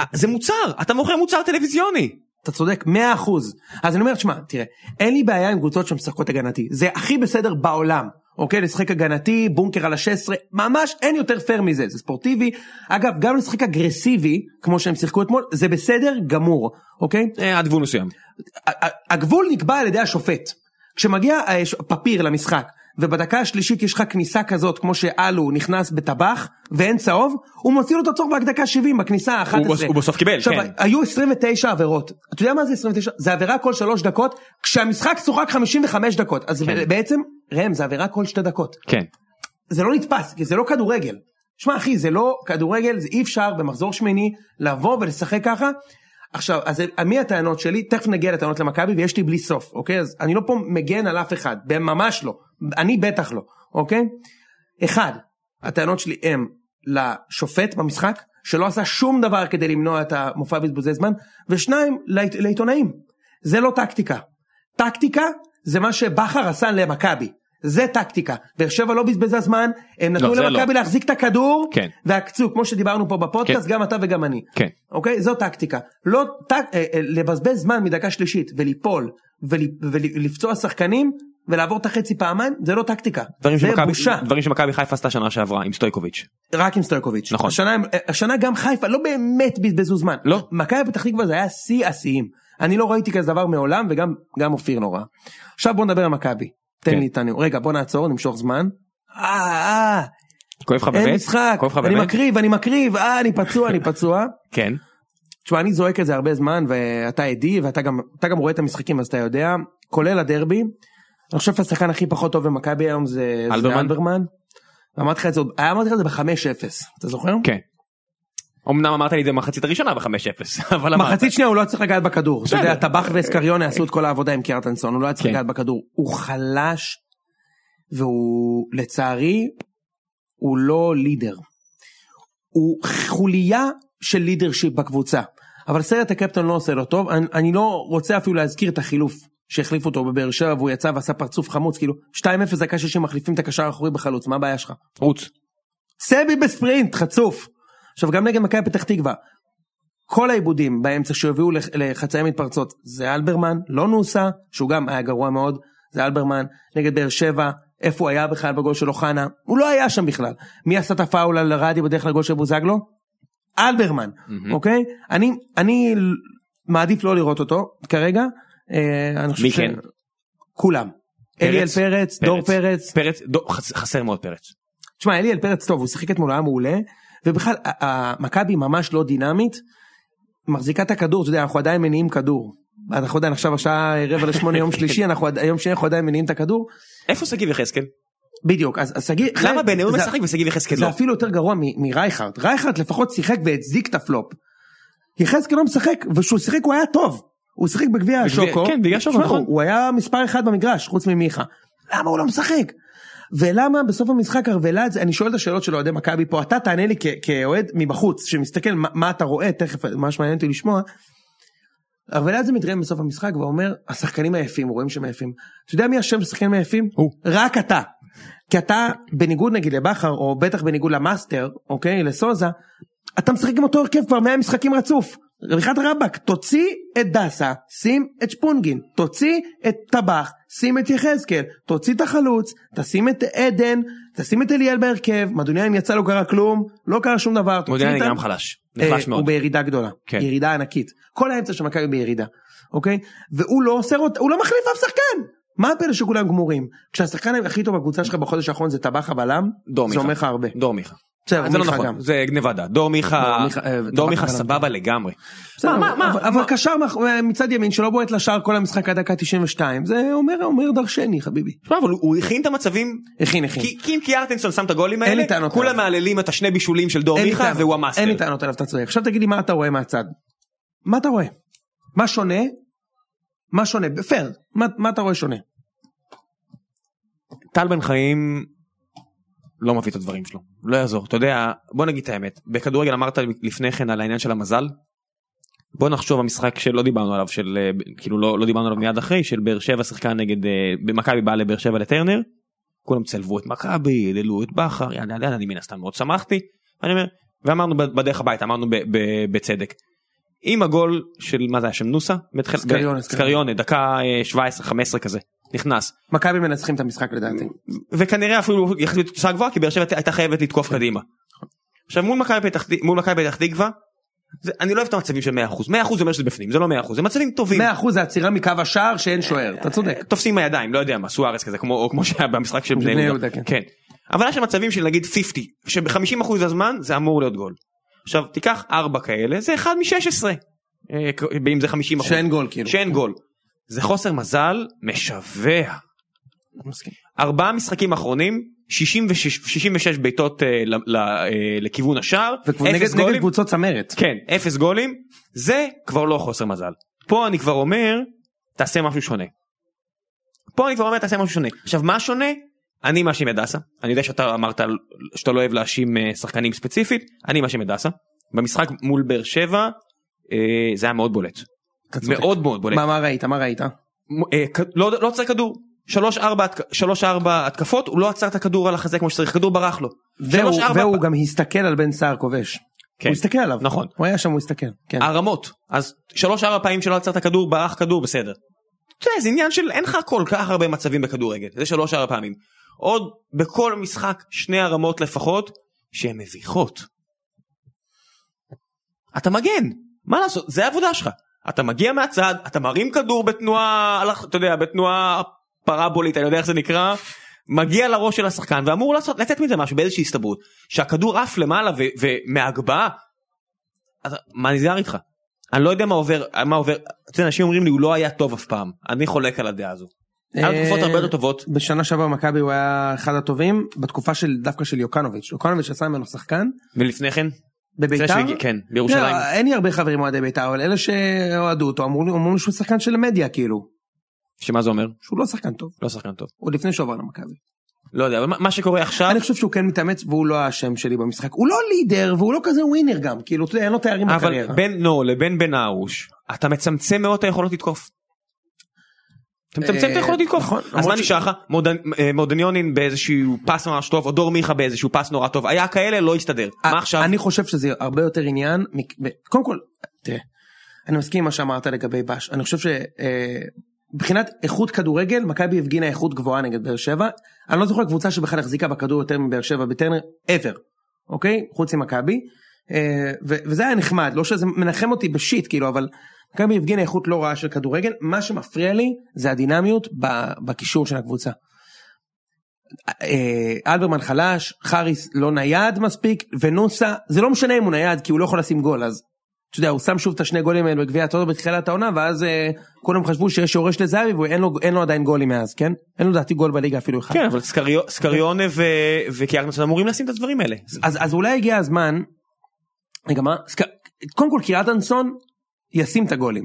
אה, זה מוצר אתה מוכר מוצר טלוויזיוני
אתה צודק, 100 אחוז. אז אני אומר, תשמע, תראה, אין לי בעיה עם קבוצות שמשחקות הגנתי. זה הכי בסדר בעולם, אוקיי? לשחק הגנתי, בונקר על ה-16, ממש אין יותר פייר מזה, זה ספורטיבי. אגב, גם לשחק אגרסיבי, כמו שהם שיחקו אתמול, זה בסדר גמור, אוקיי?
אה, עד גבול מסוים.
ה- ה- הגבול נקבע על ידי השופט. כשמגיע אה, ש- פפיר למשחק, ובדקה השלישית יש לך כניסה כזאת, כמו שאלו נכנס בטבח, ואין צהוב, הוא מוציא לו את הצהוב רק דקה 70 בכניסה ה-11.
הוא בס- הוא בסוף קיבל,
עכשיו,
כן.
היו 29 עבירות. אתה יודע מה זה 29? זה עבירה כל 3 דקות, כשהמשחק שוחק 55 דקות. אז
כן.
בעצם, ראם, זה עבירה כל 2 דקות.
כן.
זה לא נתפס, כי זה לא כדורגל. שמע אחי, זה לא כדורגל, זה אי אפשר במחזור שמיני לבוא ולשחק ככה. עכשיו, אז מי הטענות שלי? תכף נגיע לטענות למכבי ויש לי בלי סוף, אוקיי? אז אני לא פה מגן על אף אחד, ממש לא. אני בטח לא, אוקיי? אחד, הטענות שלי הם לשופט במשחק, שלא עשה שום דבר כדי למנוע את המופע בזבוזי זמן, ושניים, לעית, לעיתונאים. זה לא טקטיקה. טקטיקה זה מה שבכר עשה למכבי. זה טקטיקה. באר שבע לא בזבזה זמן, הם נתנו
לא,
לא,
זה
למכבי
לא.
להחזיק את הכדור,
כן.
ועקצו, כמו שדיברנו פה בפודקאסט,
כן.
גם אתה וגם אני.
כן.
אוקיי? זו טקטיקה. לא, ט... אה, אה, לבזבז זמן מדקה שלישית ולפול ול... ולפצוע שחקנים ולעבור את החצי פעמיים, זה לא טקטיקה.
דברים
זה
שמכבי-
בושה.
דברים שמכבי חיפה עשתה שנה שעברה עם סטויקוביץ'.
רק עם סטויקוביץ'.
נכון.
השנה, הם- השנה גם חיפה לא באמת בזבזו זמן.
לא.
מכבי פתח תקווה זה היה שיא השיאים. אני לא ראיתי כזה דבר מעולם וגם גם אופיר נורא. עכשיו בוא נדבר על מכבי. תן
כן.
לי את הנאום. רגע בוא נעצור נמשוך זמן. אה אה
כואב לך באמת?
אין משחק.
כואב לך
אני
באמת?
מקריב אני מקריב. אה אני פצוע אני פצוע.
כן.
תשמע אני זועק את זה הרבה זמן ואתה עדי ואתה גם אתה גם רואה את המשחקים אז אתה יודע כולל הדרבי. אני חושב שהשחקן הכי פחות טוב במכבי היום זה זה
אלברמן?
אלברמן. אמרתי לך את זה עוד- אמרתי לך את זה ב-5-0 אתה זוכר?
כן. אמנם אמרת לי את זה במחצית הראשונה ב-5-0, אבל אמרת.
מחצית שנייה הוא לא היה צריך לגעת בכדור. אתה יודע,
בסדר.
טבח ואסקריונה עשו את כל העבודה עם קיארטנסון, הוא לא היה צריך
כן.
לגעת בכדור. הוא חלש, והוא, לצערי, הוא לא לידר. הוא חוליה של לידרשיפ בקבוצה. אבל סרט הקפטן לא עושה לו טוב, אני, אני לא רוצה אפילו להזכיר את החילוף שהחליפו אותו בבאר שבע והוא יצא ועשה פרצוף חמוץ, כאילו 2-0 דקה 60 מחליפים את הקשר האחורי בחלוץ, מה הבעיה שלך?
רוץ.
סבי בספרינט, חצוף. עכשיו גם נגד מכבי פתח תקווה. כל העיבודים באמצע שהביאו לח- לחצאי מתפרצות זה אלברמן, לא נוסה, שהוא גם היה גרוע מאוד, זה אלברמן, נגד באר שבע, איפה הוא היה בכלל בגול של אוחנה, הוא לא היה שם בכלל. מי עשה את הפאול על רדי בדרך לגול של בוזגלו? אלברמן,
Mm.
אוקיי? אני, אני מעדיף לא לראות אותו כרגע. אה, אני חושב
מי
ש-
כן?
כולם. אליאל
פרץ?
פרץ, דור פרץ,
פרץ, דו- חס- חסר מאוד פרץ.
תשמע, אליאל פרץ טוב, הוא שיחק אתמול, היה מעולה, ובכלל, ה- ה- מכבי ממש לא דינמית, מחזיקה את הכדור, אתה יודע, אנחנו עדיין מניעים כדור. אנחנו עדיין עכשיו השעה רבע לשמונה יום שלישי, אנחנו עד- יום שני אנחנו עדיין מניעים את הכדור.
איפה שגיב יחזקאל?
בדיוק, אז אז שגיא...
למה בניון
זה-
משחק ושגיב יחזקאל
זה
לא?
אפילו יותר גרוע מ- מרייכרד. רייכרד לפחות שיחק והצדיק את הפלופ. יחזקאל לא משחק, וכשהוא שיחק הוא היה טוב. הוא שיחק בגביע
בגביע-
השוקו.
כן, בגביע השוקו,
תשמע,
נכון.
הוא- הוא היה מספר אחד במגרש, חוץ ממיכה. למה הוא לא משחק? ולמה בסוף המשחק ארוולד, אני שואל את השאלות של אוהדי מכבי פה, אתה תענה לי כ- כאוהד מבחוץ, שמסתכל מה, מה אתה רואה, תכף ממש מעניין אותי לשמוע. ארוולד זה מתראיין בסוף המשחק ואומר, השחקנים עייפים, רואים שהם עייפים. אתה יודע מי השם של השחקנים עייפים?
הוא.
רק אתה. כי אתה, בניגוד נגיד לבכר, או בטח בניגוד למאסטר, אוקיי, לסוזה, אתה משחק עם אותו הרכב כבר 100 משחקים רצוף. ריחת רבאק, תוציא את דסה, שים את שפונגין, תוציא את טבח, שים את יחזקאל, תוציא את החלוץ, תשים את עדן, תשים את אליאל בהרכב, מדוניאן יצא, לא קרה כלום, לא קרה שום דבר, תוציא
מודיעני
את-
גם חלש.
אה,
נחלש
הוא
מאוד.
בירידה גדולה,
כן.
ירידה ענקית. כל האמצע של מכבי בירידה, אוקיי? והוא לא עושה, רות- הוא לא מחליף אף שחקן! מה הפלא שכולם גמורים? כשהשחקן הכי טוב בקבוצה שלך בחודש האחרון זה טבח הבלם,
דור
זה
מיכה.
אומר לך הרבה.
דור מיכה.
בסדר,
זה לא
מיכה
נכון.
גם.
זה נבדה. דור מיכה.
דור מיכה, אה,
דור
טבח
מיכה
בלם.
סבבה לגמרי.
בסדר,
מה, מה, מה,
אבל- אבל קשר מאח- מצד ימין שלא בועט לשער כל המשחק עד דקה 92, זה אומר אומר דרשני חביבי.
שמע, אבל הוא- הוא הכין את המצבים.
הכין הכין.
כי כי אם קיארטנסון שם את הגולים
כן. אין לי
האלה,
טענות
כולם
אליו.
מהללים את השני בישולים של דור
אין לי
מיכה
טענות.
והוא המאסטר.
אין לי טענות עליו, אתה צודק. עכשיו תגיד לי מה אתה רואה מהצד. מה אתה רואה? מה שונה? מה שונה? פייר, מה מה אתה רואה שונה?
טל בן חיים לא מביא את הדברים שלו, לא יעזור. אתה יודע, בוא נגיד את האמת, בכדורגל אמרת לפני כן על העניין של המזל. בוא נחשוב המשחק שלא דיברנו עליו, של אה, ב- כאילו לא, לא דיברנו עליו מיד אחרי, של באר שבע שחקן נגד, אה, במכבי באה לבאר שבע לטרנר, כולם צלבו את מכבי, היללו את בכר, יאללה יאללה, אני מן הסתם מאוד שמחתי, אני אומר, ואמרנו ב- בדרך הביתה, אמרנו ב- ב- בצדק. עם הגול של מה זה היה שם נוסה? בתחילת-
סקריונה,
ב- סקריונה, דקה אה, 17-15 כזה, נכנס.
מכבי מנצחים את המשחק לדעתי.
וכנראה אפילו יחסית בתוצאה גבוהה כי באר שבע הייתה חייבת לתקוף
כן.
קדימה. עכשיו מול מכבי פתח תק- מול מכבי פתח תקווה. זה, אני לא אוהב את המצבים של 100% 100% אומר שזה בפנים זה לא 100% זה מצבים טובים
100% זה עצירה מקו השער שאין שוער, אתה צודק.
תופסים עם הידיים לא יודע מה סוארס כזה כמו או כמו שהיה במשחק של בני יהודה
כן.
כן אבל יש שם מצבים של נגיד 50 שב-50% הזמן זה אמור להיות גול. עכשיו תיקח 4 כאלה זה 1 מ-16 אה, אם זה 50%
שאין גול כאילו.
שאין גול. זה חוסר מזל משווע.
מסכים.
ארבעה משחקים אחרונים 66, 66 בעיטות אה, ל- ל- אה, לכיוון השער
וכבר
אפס
נגד- נגד
גולים
קבוצות צמרת.
כן אפס גולים זה כבר לא חוסר מזל פה אני כבר אומר תעשה משהו שונה. פה אני כבר אומר תעשה משהו שונה עכשיו מה שונה אני מאשים את דסה אני יודע שאתה אמרת על- שאתה לא אוהב להאשים אה, שחקנים ספציפית אני מאשים את דסה במשחק מול באר שבע אה, זה היה מאוד בולט
אתה צודק.
מאוד מאוד בולט.
מה מה ראית? מה ראית?
אה, כ- לא לא עוצר כדור. שלוש ארבע התק- שלוש ארבע התקפות הוא לא עצר את הכדור על החזה כמו שצריך הכדור ברח לו.
והוא-
שלוש ארבע
והוא גם הסתכל על בן סער כובש.
כן.
הוא הסתכל עליו.
נכון. אה.
הוא היה שם, הוא הסתכל. כן.
הרמות אז שלוש ארבע פעמים שלא עצר את הכדור ברח כדור בסדר. אתה יודע, זה עניין של אין לך כל כך הרבה מצבים בכדורגל זה שלוש ארבע פעמים. עוד בכל משחק שני הרמות לפחות שהן מביכות. אתה מגן מה לעשות זה העבודה שלך אתה מגיע מהצד אתה מרים כדור בתנועה על הח- אתה יודע בתנועה פרבולית אני יודע איך זה נקרא מגיע לראש של השחקן ואמור לעשות לצאת מזה משהו באיזושהי הסתברות שהכדור עף למעלה ו- ומהגבהה. אז מה נסגר איתך? אני לא יודע מה עובר מה עובר אתה יודע, אנשים אומרים לי הוא לא היה טוב אף פעם אני חולק על הדעה הזו. היה לו
אה,
תקופות הרבה יותר טובות
בשנה שעברה מכבי הוא היה אחד הטובים, בתקופה של דווקא של יוקנוביץ'. יוקנוביץ' עשה ממנו שחקן,
ולפני כן
בביתר.
שהוא הגיע- כן, בירושלים.
לא, אין לי הרבה חברים אוהדי ביתר, אבל אלה שאוהדו אותו אמרו לי אמרו לי שהוא שחקן של מדיה כאילו.
שמה זה אומר
שהוא לא שחקן טוב,
לא שחקן טוב
עוד לפני שהוא עבר למכבי.
לא יודע אבל מה- מה שקורה עכשיו
אני חושב שהוא כן מתאמץ והוא לא האשם שלי במשחק. הוא לא לידר והוא לא כזה ווינר גם, כאילו, אתה יודע, אין לו תארים
אבל לא,
בקריירה.
בין נו לבין בן ארוש אתה מצמצם מאוד את היכולות לתקוף. אתה מצמצם את היכולת לתקוף.
נכון,
אז מה
למרות ש-
נשאר לך? מודן- אה, מודניונין באיזשהו פס ממש טוב, או דור מיכה באיזשהו פס נורא טוב, היה כאלה, לא הסתדר. מה עכשיו?
אה, אני חושב שזה הרבה יותר עניין, מק- ב- קודם כל, תראה, אני מסכים עם מה שאמרת לגבי בש, אני חושב שמבחינת איכות כדורגל, מכבי הפגינה איכות גבוהה נגד באר שבע, אני לא זוכר קבוצה שבכלל החזיקה בכדור יותר מבאר שבע בטרנר, ever, אוקיי? חוץ ממכבי, אה, ו- וזה היה נחמד, לא שזה מנחם אותי בשיט, כאילו, אבל מכבי הפגינה איכות לא רעה של כדורגל, מה שמפריע לי זה הדינמיות ב- בקישור של הקבוצה. אה, אלברמן חלש, חריס לא נייד מספיק, ונוסה, זה לא משנה אם הוא נייד כי הוא לא יכול לשים גול, אז אתה יודע, הוא שם שוב את השני גולים האלה בגביע הטוטו בתחילת העונה, ואז אה, כולם חשבו שיש יורש לזהבי ואין לו, אין לו עדיין גולים מאז, כן? אין לו לדעתי גול בליגה אפילו אחד.
כן, אבל סקריו- סקריונה ו- וקיארטנס אמורים לשים את הדברים האלה.
אז, אז אולי הגיע הזמן, רגע מה, סק... קודם כל קיאטנסון ישים את הגולים,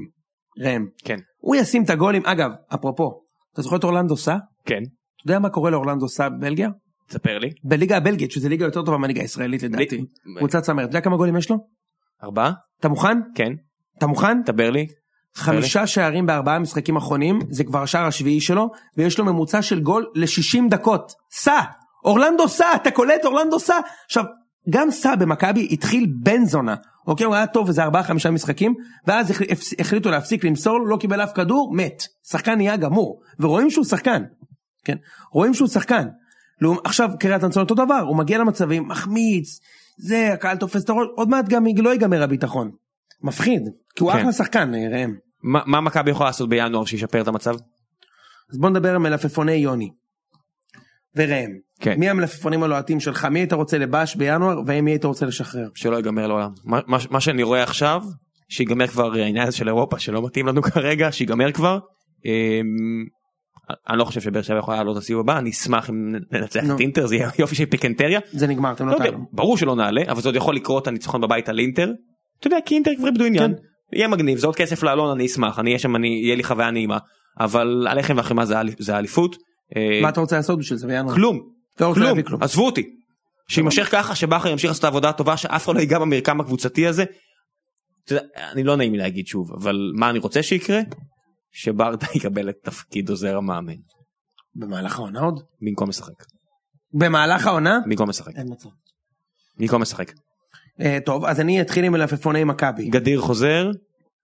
ראם.
כן.
הוא ישים את הגולים, אגב, אפרופו, אתה זוכר את אורלנדו סא? אתה
כן,
יודע מה קורה לאורלנדו סא בבלגיה?
תספר לי.
בליגה הבלגית, שזו ליגה יותר טובה מהליגה הישראלית לדעתי.
לי-
קבוצת צמרת, אתה יודע כמה גולים יש לו?
ארבעה?
אתה מוכן?
כן,
אתה מוכן?
תדבר לי.
חמישה שערים בארבעה משחקים אחרונים, זה כבר השער השביעי שלו, ויש לו ממוצע של גול ל-60 דקות. סע! אורלנדו סע! אתה קולט אורלנדו סע! עכשיו, גם סע במכבי התחיל בן זונה. אוקיי, הוא היה טוב איזה ארבעה חמישה משחקים, ואז החל- הפס- החליטו להפסיק למסור לו, לא קיבל אף כדור, מת. שחקן נהיה גמור, ורואים שהוא שחקן. כן, רואים שהוא שחקן. לעומ- עכשיו קריית אנסון אותו דבר, הוא מגיע למצבים, מחמיץ, זה, הקהל תופס את הראש, עוד מעט גם לא ייגמר הביטחון. מפחיד, כי הוא
כן.
אחלה שחקן, אה, ראם.
מה מה מכבי יכולה לעשות בינואר שישפר את המצב?
אז בוא נדבר על מלפפוני יוני. וראם.
כן.
מי המלפפונים הלוהטים שלך? מי היית רוצה לבאש בינואר ומי היית רוצה לשחרר?
שלא ייגמר לעולם. מה- מה ש- מה שאני רואה עכשיו, שיגמר כבר העניין הזה של אירופה שלא מתאים לנו כרגע, שיגמר כבר. אמ, אני לא חושב שבאר שבע יכולה לעלות לסיבוב הבא, אני אשמח אם ננצח
נו.
את אינטר, זה יהיה יופי של פיקנטריה.
זה נגמר, אתם
לא
לא
יודע,
תעלו.
ברור שלא נעלה, אבל זה עוד יכול לקרות הניצחון בבית על אינטר. אתה יודע, כי אינטר כבר איבדו
כן.
עניין. יהיה מגניב, זה עוד כסף לאלון, אני אשמח, אני אהיה שם, אני- יהיה לי חוויה נעימה. אבל הלחם והחמאה זה האל- זה האליפות. אה,
מה אתה רוצה לעשות בשביל זה בינואר?
כלום.
לא רוצה
כלום,
להביא כלום.
עזבו אותי. שימשך ככה, שבכר ימשיך לעשות את העבודה הטובה, שאף אחד לא ייגע במרקם הקבוצתי הזה. אתה יודע, אני לא נעים לי להגיד שוב, אבל מה אני רוצה שיקרה? שברדה יקבל את תפקיד עוזר המאמן,
במהלך העונה עוד?
במקום לשחק.
במהלך העונה?
במקום לשחק.
אין מצב.
במקום לשחק.
אה, טוב, אז אני אתחיל עם מלפפוני מכבי.
גדיר חוזר,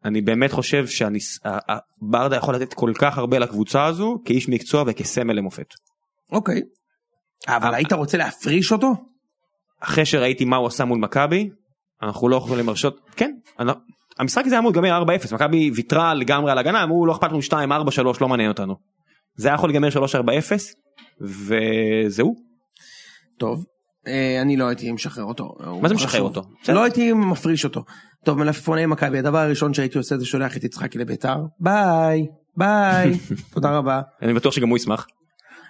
אני באמת חושב שברדה יכול לתת כל כך הרבה לקבוצה הזו, כאיש מקצוע וכסמל למופת.
אוקיי.
אה.
אבל היית רוצה להפריש אותו?
אחרי שראיתי מה הוא עשה מול מכבי, אנחנו לא יכולים להרשות, כן, אני... המשחק הזה היה אמור להיגמר 4-0, מכבי ויתרה לגמרי על הגנה, אמרו לא אכפת לנו 2-4-3, לא מעניין אותנו. זה היה יכול להיגמר 3-4-0, וזהו,
טוב. אה, אני לא הייתי משחרר אותו.
מה זה
הוא
משחרר
חשוב.
אותו?
לא הייתי מפריש אותו. טוב, מלפפוני מכבי, הדבר הראשון שהייתי עושה זה שולח את יצחקי לביתר. ביי, ביי, תודה רבה.
אני בטוח שגם הוא ישמח.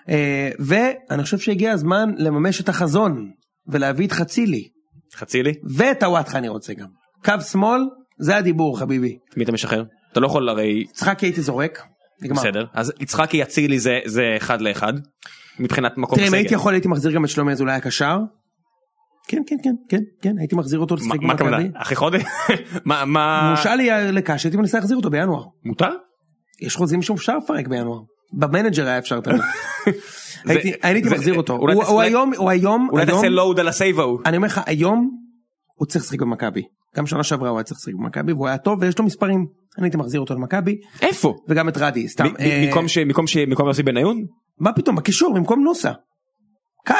אה, ואני חושב שהגיע הזמן לממש את החזון ולהביא את חצילי
חצי לי,
ואת הוואטחה אני רוצה גם. קו שמאל זה הדיבור חביבי.
מי אתה משחרר? אתה לא יכול הרי,
יצחקי הייתי זורק. נגמר.
בסדר, אז יצחקי אצילי זה, זה אחד לאחד, מבחינת מקום
תראה אם
בסגל.
הייתי יכול הייתי מחזיר גם את שלומי אזולאי הקשר. כן כן כן כן כן הייתי מחזיר אותו
מה-
לשחק
מה הכוונה? אה,
במכבי.
אחרי חודש? מה, מה...
מושל לי לקש הייתי מנסה להחזיר אותו בינואר.
מותר?
יש חוזים שאפשר לפרק בינואר. במנג'ר היה אפשר תמיד. הייתי-
זה-
הייתי
זה-
מחזיר אותו.
אולי
הוא
תעשה-
הוא היום הוא היום
אולי
היום-
תעשה לואוד על הסייב ההוא.
אני אומר לך היום הוא צריך לשחק במכבי גם שנה שעברה הוא היה צריך לשחק במכבי והוא היה טוב ויש לו מספרים אני הייתי מחזיר אותו למכבי
איפה?
וגם את רדי סתם
ב- ב-
אה,
במקום ש... במקום ש... במקום יוסי בניון?
מה פתאום בקישור במקום נוסה. קל.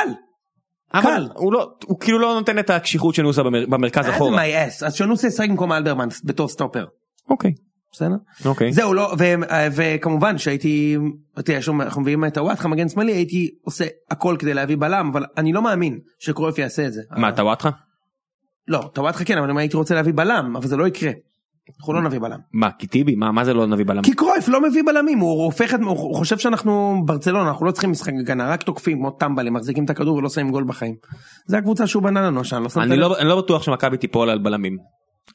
אבל
קל. אה,
הוא לא הוא כאילו לא נותן את הקשיחות של נוסה במר- במרכז אחורה.
my ass אז שנוסה ישחק במקום אלברמן בתור סטופר.
אוקיי
בסדר?
אוקיי
זהו לא ו- אה, וכמובן שהייתי תראה יש לנו- אנחנו מביאים את הוואטחה מגן שמאלי הייתי עושה הכל כדי להביא בלם אבל אני לא מאמין שקרויף יעשה את זה.
מה אתה וואטחה?
לא את הוואטחה כן אבל אם הייתי רוצה להביא בלם אבל זה לא יקרה. אנחנו לא נביא בלם.
מה כי טיבי מה מה זה לא נביא בלם?
כי קרויף לא מביא בלמים, הוא הופך את, הוא חושב שאנחנו ברצלונה, אנחנו לא צריכים משחק הגנה, רק תוקפים כמו טמבלים, מחזיקים את הכדור ולא שמים גול בחיים. זה הקבוצה שהוא בנה לנו השנה, לא שמת
אני
לב?
לא אני לא בטוח שמכבי תיפול על בלמים.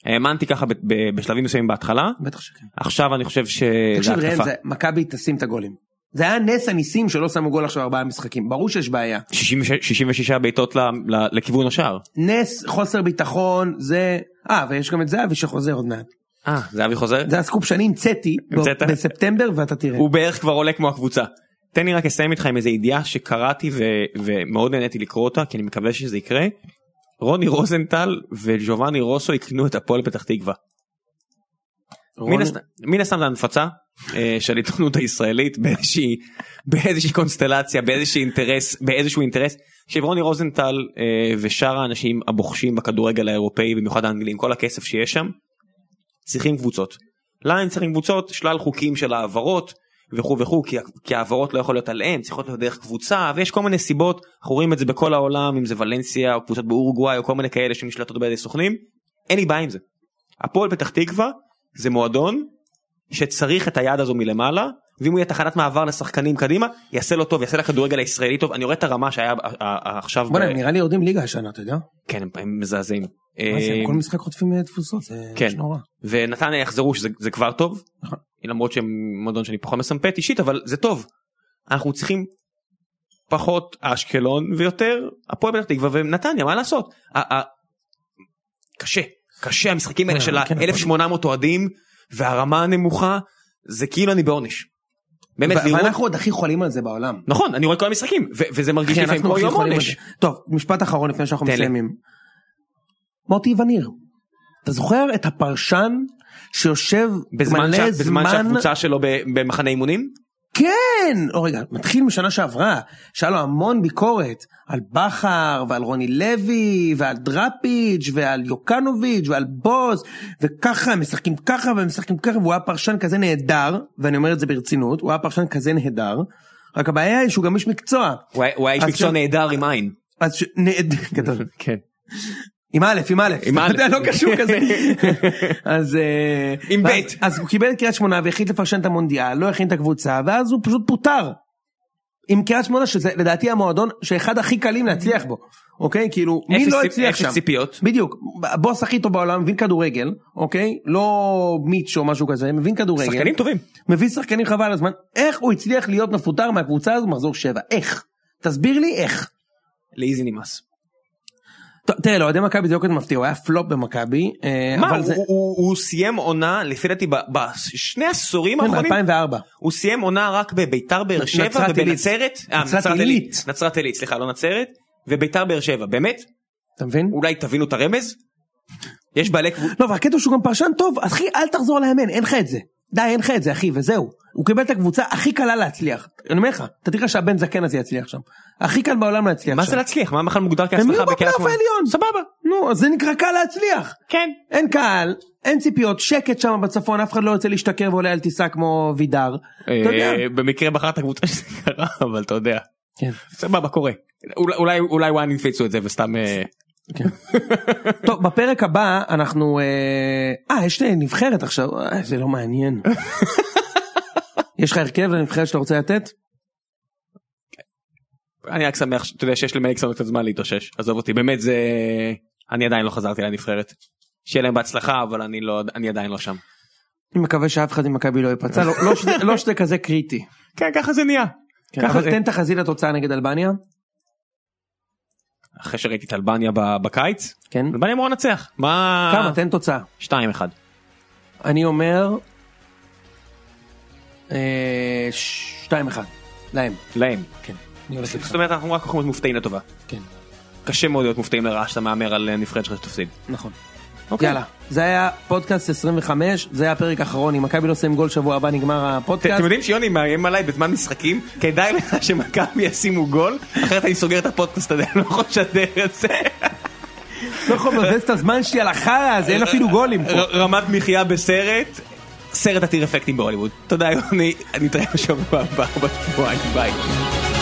האמנתי ככה ב- ב- בשלבים מסוימים בהתחלה
בטח שכן.
עכשיו אני חושב ש...
תקשיב
אה, זה
ראם,
התקפה.
זה- מכבי תשים את הגולים. זה היה נס הניסים שלא שמו גול עכשיו ארבעה משחקים, ברור שיש בעיה.
66 66 בעיטות ל- ל- לכיוון השער.
נס, חוסר ביטחון, זה... אה, ויש גם את זהבי שחוזר עוד מעט.
אה, זהבי חוזר?
זה הסקופ שאני המצאתי
המצאת?
בספטמבר ואתה תראה.
הוא בערך כבר עולה כמו הקבוצה. תן לי רק לסיים איתך עם איזה ידיעה שקראתי ו- ומאוד נהניתי לקרוא אותה כי אני מקווה שזה יקרה. רוני רוזנטל וג'ובאני רוסו יקנו את הפועל פתח תקווה. מן
רוני-
הסתם- מן הסתם זה הנפצה אה, של העיתונות הישראלית באיזושהי באיזושהי קונסטלציה באיזשהו אינטרס באיזשהו אינטרס. עכשיו רוני רוזנטל אה, ושאר האנשים הבוחשים בכדורגל האירופאי במיוחד האנגלי עם כל הכסף שיש שם. צריכים קבוצות. למה הם צריכים קבוצות? שלל חוקים של העברות וכו' וכו' כי, כי העברות לא יכול להיות עליהן צריכות להיות דרך קבוצה ויש כל מיני סיבות אנחנו רואים את זה בכל העולם אם זה ולנסיה או קבוצות באורוגוואי או כל מיני כאלה שנשלטות בידי סוכנים אין לי בעיה עם זה. הפועל פתח תקווה זה מועדון שצריך את היד הזו מלמעלה ואם הוא יהיה תחנת מעבר לשחקנים קדימה יעשה לו טוב יעשה לכדורגל הישראלי טוב אני רואה את הרמה שהיה אה, אה, אה, עכשיו
בוא'נה,
ב-
הם נראה לי יורדים ליגה השנה, אתה יודע?
כן הם- הם מזעזעים.
מה זה,
אה,
הם כל משחק חוטפים אה, תפוסות, זה
כן.
ממש נורא.
ונתניה יחזרו שזה זה כבר טוב
נכון.
למרות שהם מועדון שאני פחות מסמפת אישית אבל זה טוב. אנחנו צריכים פחות אשקלון ויותר הפועל פתח תקווה ונתניה מה לעשות. ה- ה- קשה קשה המשחקים האלה
כן,
של
כן,
ה-1800 אוהדים והרמה הנמוכה זה כאילו אני בעונש. באמת
ו-
לראות
ואנחנו עוד הכי חולים על זה בעולם.
נכון אני רואה את כל המשחקים ו- וזה מרגיש לי
כן,
לפעמים
אנחנו
כמו
הכי
יום
חולים על זה.
עונש.
טוב, משפט אחרון לפני שאנחנו
תן לי.
מסיימים. מוטי וניר, אתה זוכר את הפרשן שיושב
בזמן
מלא
שה- בזמן
זמן-
שהקבוצה שלו ב- במחנה אימונים
כן! או רגע, מתחיל משנה שעברה, שהיה לו המון ביקורת על בכר ועל רוני לוי ועל דראפיג' ועל יוקנוביץ' ועל בוז וככה הם משחקים ככה והם משחקים ככה והוא היה פרשן כזה נהדר ואני אומר את זה ברצינות הוא היה פרשן כזה נהדר רק הבעיה היא שהוא גם איש מקצוע
הוא היה- הוא היה איש
אז
מקצוע
ש-
נהדר עם עין.
אז ש... נהדר גדול.
כן.
עם א', עם א',
עם א'.
אתה יודע, לא קשור כזה. אז... אה,
עם
ואז-
ב'.
אז הוא קיבל את קריית שמונה והחליט לפרשן את המונדיאל, לא הכין את הקבוצה, ואז הוא פשוט פוטר. עם קריית שמונה, שזה לדעתי המועדון שאחד הכי קלים להצליח בו, אוקיי? כאילו, מי
אפס
לא
ציפ-
הצליח שם?
אפס ציפיות.
בדיוק, הבוס הכי טוב בעולם, מבין כדורגל, אוקיי? לא מיץ' או משהו כזה, מבין כדורגל.
שחקנים טובים.
מביא שחקנים חבל על הזמן, איך הוא הצליח להיות מפוטר מהקבוצה הזו מחזור שבע? איך? תסביר לי איך.
לאיזי נמאס.
טוב, תראה, לאוהדי מכבי זה לא כזה מפתיע, הוא היה פלופ במכבי. אה,
מה,
אבל
הוא-
זה-
הוא- הוא הוא סיים עונה, לפי דעתי, ב- בשני עשורים
כן,
האחרונים,
ב-2004.
הוא סיים עונה רק בביתר באר שבע
נצרת עילית.
ובנצרת, אה,
נצרת עילית.
נצרת עילית, סליחה, לא נצרת, וביתר באר שבע, באמת?
אתה מבין?
אולי תבינו את הרמז? יש בעלי קבוצה,
לא, והקטע שהוא גם פרשן טוב, אז אחי, אל תחזור לאמן, אין לך את זה. די, אין לך את זה, אחי, וזהו. הוא קיבל את הקבוצה הכי קלה להצליח. אני אומר לך, אתה תראה שהבן זקן הזה יצליח שם. הכי קל בעולם להצליח
מה
כן, שם.
זה להצליח? מה בכלל מוגדר
הם
כהצלחה
יהיו בפלייאוף העליון.
סבבה,
נו, אז זה נקרא קל להצליח.
כן.
אין קהל, אין ציפיות, שקט שם בצפון, אף אחד לא יוצא להשתכר ועולה על טיסה כמו וידר. אתה יודע.
אה, במקרה בחרת קבוצה שזה קרה, אבל אתה יודע.
כן.
סבבה, קורה. אולי- אולי אולי וואן הפיצו את זה וסתם... אה,
כן. טוב, בפרק הבא אנחנו... אה, אה, יש לי נבחרת עכשיו, אה, זה לא מעניין. יש לך הרכב לנבחרת שאתה רוצה לתת?
אני רק שמח שאתה יודע שיש למליקסון קצת זמן להתאושש עזוב אותי באמת זה אני עדיין לא חזרתי לנבחרת. שיהיה להם בהצלחה אבל אני לא אני עדיין לא שם.
אני מקווה שאף אחד ממכבי לא ייפצע, לא- לא שזה- לא שזה כזה קריטי.
כן ככה זה נהיה. ככה
כן, אבל
זה-
תן תחזית לתוצאה נגד אלבניה.
אחרי שראיתי את אלבניה ב- בקיץ
כן.
אלבניה אמורה לנצח מה
כמה? תן תוצאה.
2-1
אני אומר... אה, שתיים אחד. להם.
להם.
כן. אני הולך איתך.
זאת אומרת אנחנו רק יכולים להיות מופתעים לטובה.
כן.
קשה מאוד להיות מופתעים לרעה שאתה מהמר על נבחרת שלך שתפסיד.
נכון.
אוקיי.
יאללה. זה היה פודקאסט 25, זה היה הפרק האחרון. אם מכבי לא עושים גול שבוע הבא נגמר
ת- אתם
הפודקאסט.
יודעים שיוני מאיים עליי בזמן משחקים כדאי לך שמכבי ישימו גול אחרת אני סוגר את הפודקאסט הזה אני לא יכול לשדר את זה.
לא יכול לבזבז את הזמן שלי על החרא הזה, אין אפילו גולים פה.
ר- רמת מחיה בסרט, סרט עתיר אפקטים בהוליווד. תודה יוני, נתראה בשבוע הבא בשבועיים, ביי.